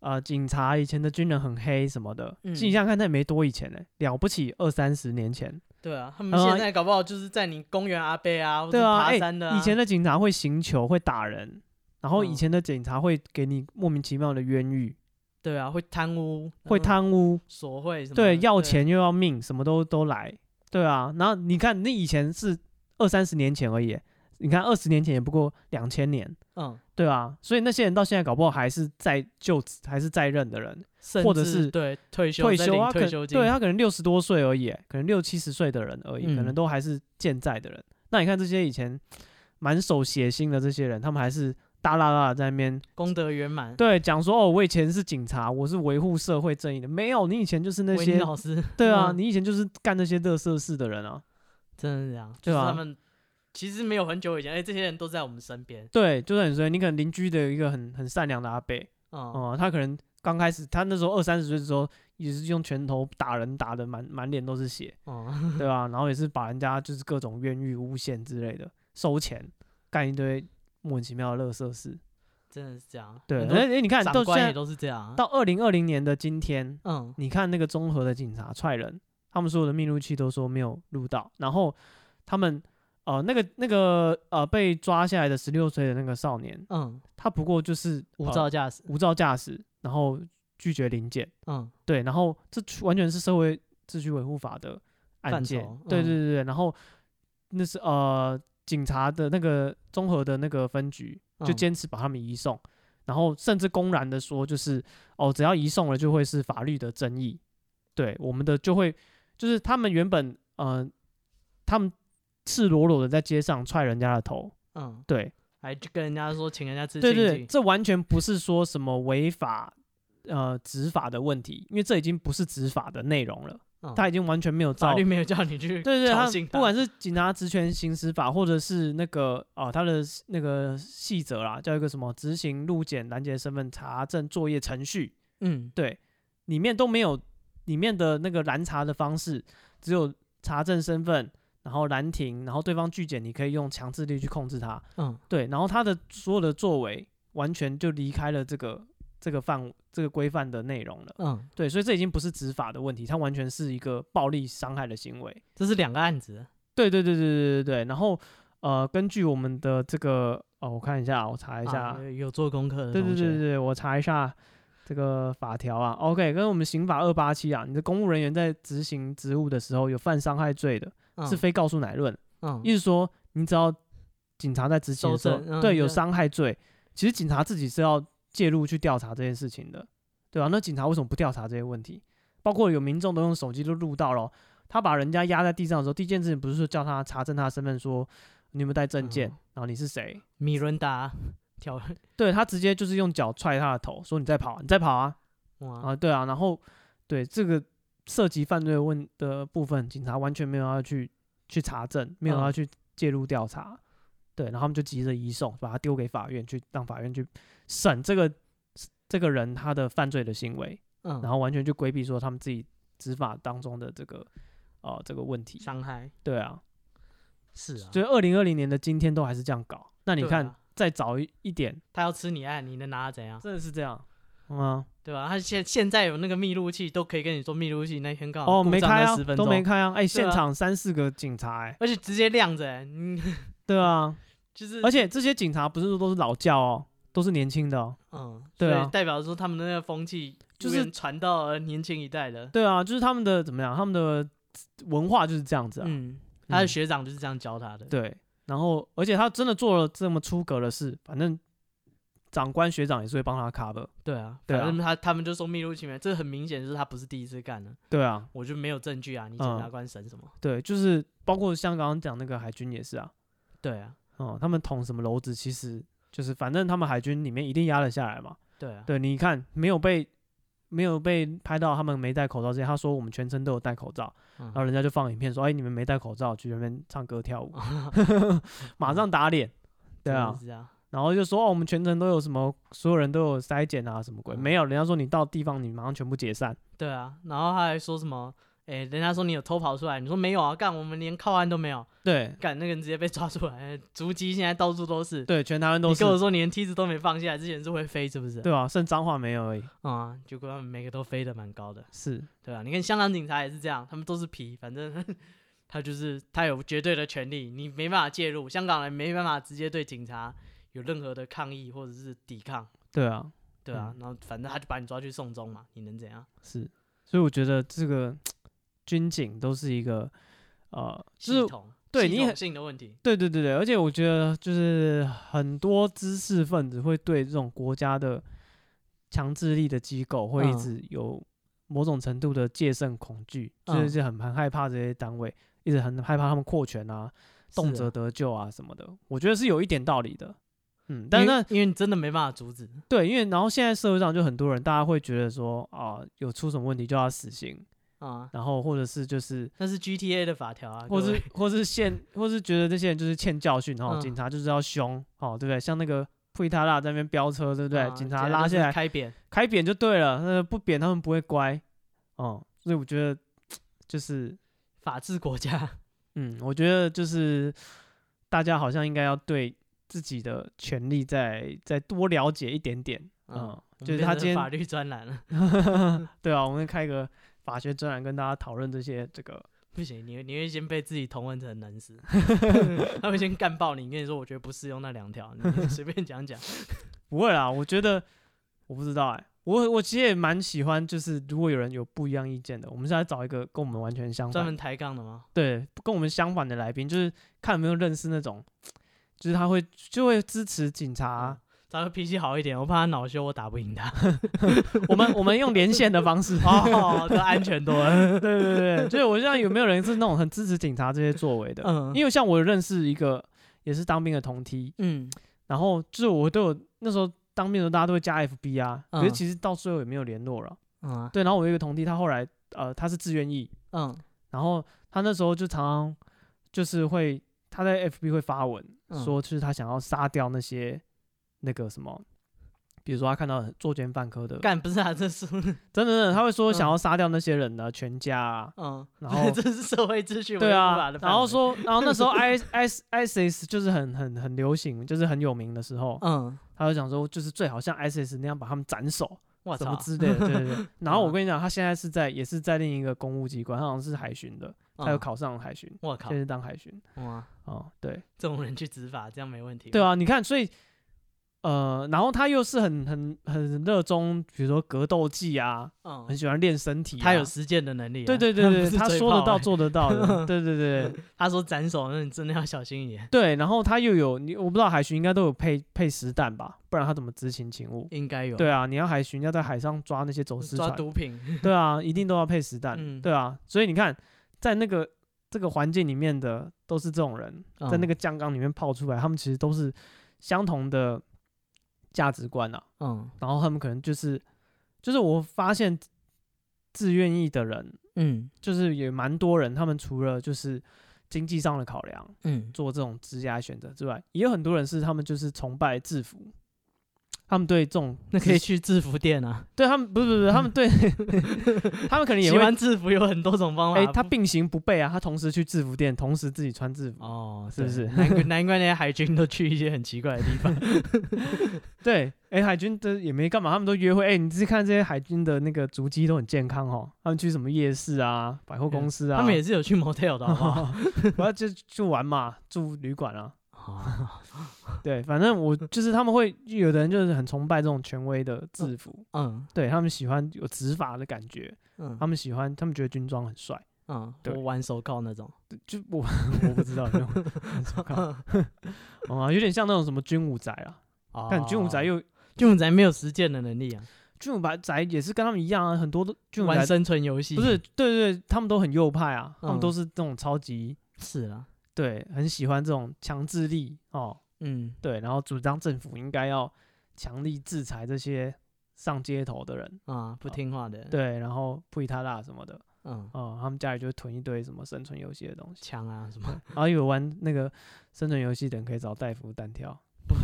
呃，警察以前的军人很黑什么的，
嗯
其实你想想看，那也没多以前呢、了不起二三十年前，
对啊，他们
然后
现在搞不好就是在你公园阿贝啊，或
对
者
啊，
爬
哎
山的、
以前的警察会行球，会打人，然后以
嗯
前的警察会给你莫名其妙的冤狱，
对啊，会贪污，嗯
会
然后
贪污，
索贿嗯什么的，
对，要钱又要命，什么都都来，对啊。然后你看，那以前是二三十年前而已，你看二十年前也不过两千年，
嗯，
对啊。所以那些人到现在搞不好还是在就职，还是在任的人，
甚
或者
至
是
对退休
退
在
休
领
啊，可
退休
能
金，
对他可能六十多岁而已，可能六七十岁的人而已，可能
嗯
都还是健在的人。那你看这些以前满手血腥的这些人，他们还是大啦啦地在那边
功德圆满。
对讲说哦，我以前是警察，我是维护社会正义的。没有，你以前就是那
维尼
些
老师， <laughs>
对啊，
嗯
你以前就是干那些乐色事的人啊。
真的是这样，
对
就是
啊
他们其实没有很久以前，哎、这些人都在我们身边，
对，就是很衰。你可能邻居的一个很很善良的阿伯，
嗯，
哦、他可能刚开始他那时候二三十岁的时候，也是用拳头打人，打的满满脸都是血。
哦， <laughs>
对啊，然后也是把人家就是各种冤狱、诬陷之类的，收钱，干一堆莫名其妙的垃圾事。
真的是这样。
对，
很
哎、
多
哎你看到
长
现
官也
在
都是这样啊。
到二零二零年的今天，
嗯，
你看那个综合的警察踹人，他们所有的密录器都说没有录到，然后他们呃那个那个呃被抓下来的十六岁的那个少年，
嗯，
他不过就是
无
呃
照驾驶，
无照驾驶，然后拒绝临检。
嗯，
对，然后这出完全是社会秩序维护法的案
范
件
畴，
对对
嗯
对对，然后那是呃警察的那个综合的那个分局就
嗯
坚持把他们移送，然后甚至公然的说就是哦，只要移送了就会是法律的争议，对我们的就会就是他们原本呃他们赤裸裸的在街上踹人家的头，
嗯，
对
还就跟人家说请人家吃
对
清
对，
静
这完全不是说什么违法。呃，执法的问题，因为这已经不是执法的内容了，
嗯
他已经完全没有
法
照
律没有叫你去
对对，
挑
他
衅
不管是警察职权行使法，或者是那个哦，他的那个细则啦，叫一个什么执行路检拦截身份查证作业程序，
嗯
对，里面都没有里面的那个拦查的方式，只有查证身份，然后拦停，然后对方拒检，你可以用强制力去控制他，
嗯
对，然后他的所有的作为完全就离开了这个这个范这个规范的内容了，
嗯，
对，所以这已经不是执法的问题，它完全是一个暴力伤害的行为。
这是两个案子，
对对对对对对对。然后呃，根据我们的这个哦，我看一下，我查一下，
啊有有做功课的
对对
同学
对对，对，我查一下这个法条啊。OK，跟我们刑法二八七啊，你的公务人员在执行职务的时候有犯伤害罪的，
嗯
是非告诉乃论，
嗯
意思说你只要警察在执行的时候
搜，证嗯
对有
对
伤害罪，其实警察自己是要介入去调查这件事情的，对吧、那警察为什么不调查这些问题？包括有民众都用手机都录到了哦，他把人家压在地上的时候，第一件事情不是说叫他查证他的身份，说你有没有带证件，
嗯
然后你是谁？
米伦达挑
对他直接就是用脚踹他的头，说你在跑啊，你在跑啊，
哇
啊，对啊，然后对这个涉及犯罪问的部分，警察完全没有要去去查证，没有
嗯
要去介入调查，对，然后他们就急着移送，把他丢给法院去，让法院去审这个这个人他的犯罪的行为，
嗯，
然后完全就规避说他们自己执法当中的这个呃这个问题，
伤害
对啊，
是啊，
所以二零二零年的今天都还是这样搞，那你
对
看、
啊
再早一一点，
他要吃你爱，你能拿他怎样？
真的是这样，嗯啊、
对吧？他现现在有那个密录器，都可以跟你说密录器那天刚好
哦，没
故障
开
了
啊
10分，
都没
钟，
开啊，哎、现
啊
场三四个警察、哎。
而且直接亮着、欸，嗯，
对啊，
就是
而且这些警察不是都是老教哦，都是年轻的哦。
嗯，
对啊
所以代表说他们的那个风气
就
就是是传到了年轻一代了。
对啊，就是他们的怎么样，他们的文化就是这样子啊。
嗯，他的
嗯
学长就是这样教他的。
对，然后而且他真的做了这么出格的事，反正长官学长也是会帮他 cover。
对啊，
对啊
反正他他们就说密录器没，这很明显就是他不是第一次干的，
对啊，
我就没有证据啊，你检察官审什么？
对，就是包括像刚刚讲那个海军也是啊，
对啊，
哦、他们捅什么篓子，其实就是反正他们海军里面一定压得下来嘛。
对啊，
对，你看没有被没有被拍到他们没戴口罩之前，他说我们全程都有戴口罩，
嗯
然后人家就放影片说，哎，你们没戴口罩去那边唱歌跳舞，
<laughs>
马上打脸。对
嗯真
啊
的，是啊，
然后就说哦，我们全程都有什么，所有人都有筛检啊，什么鬼？
嗯
没有，人家说你到地方你马上全部解散。
对啊，然后他还说什么？哎、人家说你有偷跑出来，你说没有啊？干，我们连靠岸都没有，
对
干那个人直接被抓出来， <laughs> 足迹现在到处都是。
对，全台湾都
你
是
跟，我说你连梯子都没放下来，之前是会飞是不是？
对吧、剩脏话没有而已。
啊、结果他们每个都飞得蛮高的。
是，
对啊，你看香港警察也是这样，他们都是皮，反正 <laughs> 他就是他有绝对的权利，你没办法介入，香港人没办法直接对警察有任何的抗议或者是抵抗，
对啊，
对啊，然后反正他就把你抓去送终嘛，你能怎样？
是。所以我觉得这个军警都是一个呃，
系
就是
统
对
系
你
统
很
性的问题，
对对对对，而且我觉得就是很多知识分子会对这种国家的强制力的机构会一
嗯
直有某种程度的戒慎恐惧，就
嗯
是很很害怕这些单位，一直很害怕他们扩权啊、动
是
辄
啊
得咎啊什么的。我觉得是有一点道理的，嗯，但是
因为
那
因为你真的没办法阻止，
对，因为然后现在社会上就很多人，大家会觉得说啊、有出什么问题就要死刑，
啊、
然后或者是就是
那是 GTA 的法条啊，
或
各位
是或是现或是觉得这些人就是欠教训哦，
嗯
警察就是要凶哦，对不对？像那个普伊塔拉在那边飙车，对不对？
啊
警
简
察
单
拉
就是
下来
开扁，
开扁就对了，那不扁他们不会乖哦、所以我觉得就是
法治国家，
嗯，我觉得就是大家好像应该要对自己的权利再再多了解一点点，嗯，
嗯我们
就是
变
他
成
今
法
天
律专栏了，
对啊，我们开个法学专栏跟大家讨论这些这个
不行，你会你会先被自己同温层
<laughs>
冷死，他会先干爆你，跟你说
<laughs>
我觉得不适用那两条，你随便讲讲。
不会啦，我觉得我不知道哎、我我其实也蛮喜欢，就是如果有人有不一样意见的，我们是来找一个跟我们完全相
专
反
门抬杠的吗？
对，跟我们相反的来宾，就是看有没有认识那种，就是他会就会支持警
<laughs>
察。啊
找嗯个脾气好一点，我怕他恼羞，我打不赢
<laughs>
他。。
我们我们用连线的方式
<laughs> 哦，这安
<laughs>
全多啊了。
对对对，对就是我现在有没有人是那种很支持警察这些作为的？
嗯
因为像我认识一个也是当兵的同梯，
嗯，
然后就是我都有那时候当兵的时候大家都会加 FB 啊，可是
嗯
其实到最后也没有联络了。
嗯啊
对，然后我有一个同弟，他后来呃他是自愿役，
嗯
然后他那时候就常常就是会他在 FB 会发文、
嗯
说，就是他想要杀掉那些那个什么，比如说他看到作奸犯科的，
干不是啊，这是
真的真的他会说想
嗯
要杀掉那些人的全家啊。
嗯，
然后
这是社会秩序维护
对
法
啊
的，
然后
范围，
说，然后那
<laughs>
时候 I S I S 就是很很很流行，就是很有名的时候，
嗯，
他就想说，就是最好像 ISIS 那样把他们斩首，
我
什么
操，嗯
之类的，对对
<laughs>
对。然后我跟你讲，他现在是在也是在另一个公务机关，他好像是海巡的，他又
嗯，
考上海巡，
我靠
现，在是当海巡。
哇，
哦，对
这种人去执法，这样没问题。
对，啊，你看，所以呃，然后他又是很很很热衷，比如说格斗技啊，
嗯
很，喜欢练身体啊、
他有实践的能力啊。
对对对对，
不是
他
嘴
说得
炮
到
欸
做得到
<laughs>
的，对对对对
他说斩首，那你真的要小心一点，
对。然后他又有你，我不知道海巡应该都有配配实弹吧，不然他怎么执勤勤务？
应该有。
对啊，你要海巡要在海上抓那些走私
抓
船，<laughs>
毒品，
对啊，一定都要配实弹，
嗯
对啊，所以你看，在那个这个环境里面的都是这种人，在那
嗯
个酱缸里面泡出来，他们其实都是相同的价值观啊，
嗯
然后他们可能就是，就是我发现自愿意的人，
嗯
就是也蛮多人，他们除了就是经济上的考量
嗯，
做这种职业选择之外，也有很多人是他们就是崇拜制服，他们对这种
那可
知识
以去制服店啊。
对他们不是不是不是他们对
<laughs>
他们可能也
喜
会
欢制服有很多种方法。
哎、他并行不悖啊，他同时去制服店，同时自己穿制服。
哦，
是不
对
是
难怪难怪那些海军都去一些很奇怪的地
<laughs>
方。
对，哎、海军的也没干嘛，他们都约会。哎、你自己看这些海军的那个足迹都很健康哦，他们去什么夜市啊、百货公司啊，
他们也是有去 motel 的，好不好？
<laughs> 我要就去玩嘛，住旅馆啊。 <laughs>
哦
对，反正我就是他们会有的人就是很崇拜这种权威的制服，
嗯
对他们喜欢有执法的感觉，他
嗯
们喜欢，他们觉得军装很帅。
嗯，
对
我玩手铐那种。
就我我不知道，
<laughs>
没有我靠哦，有点像那种什么军武宅啊，但军武宅
哦
又
军武宅没有实践的能力啊，
俊武白宅也是跟他们一样啊，很多都俊武
玩
宅
生存游戏
不是对对，他们都很右派啊，他们
嗯
都是这种超级
是啊啦，
对，很喜欢这种强制力哦，
嗯
对，然后主张政府应该要强力制裁这些上街头的人，
啊，不听话的，，
对，然后布伊塔拉什么的
嗯，
哦，他们家里就会囤一堆什么生存游戏的东西，
枪啊什么， <laughs>
然后有玩那个生存游戏的人可以找戴夫单挑。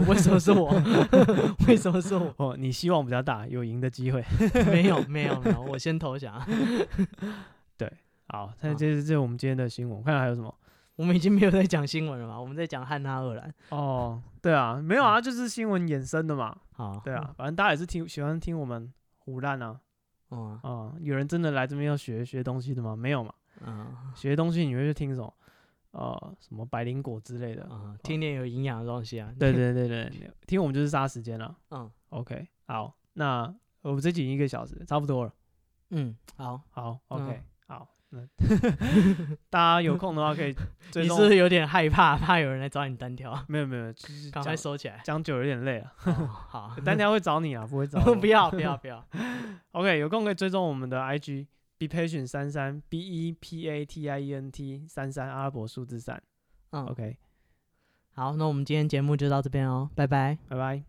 为什么是我？ <laughs> 为什么是我？
哦，你希望比较大，有赢的机会。
没有没有没有，我先投降。啊
好，那
好
这是这是我们今天的新闻，我看还有什么？
我们已经没有在讲新闻了嘛，我们在讲汉娜二兰。
哦，对啊，没有
嗯
啊，就是新闻衍生的嘛。
好，
对啊，反正大家也是听喜欢听我们胡乱
<laughs>
啊
嗯，
啊、有人真的来这边要学学东西的吗？没有
<laughs>
嘛，
嗯
学东西你会去听什么？呃，什么百灵果之类的。
嗯，听点有营养的东西啊。
<laughs> 对，对对对，听我们就是杀时间了。
嗯
OK，好，那我们这集已经一个小时差不多了。
嗯，好，
好，OK，、
嗯
好，
<laughs>
那大家有空的话可以追
你是
踪
不。是有点害怕，怕有人来找你
<laughs>
单挑？
没有没有，就是
赶
讲。
快收起来
讲久了有点累啊
<laughs>
了，
哦好，
单挑会找你啊，不会找我
<laughs> 不要
<laughs>
不要不要。
OK，有空可以追踪我们的 IG be patient 三三 b e p a t i e n t 三三阿拉伯数字三。
嗯，
OK，
好，那我们今天节目就到这边哦，拜拜。
拜拜。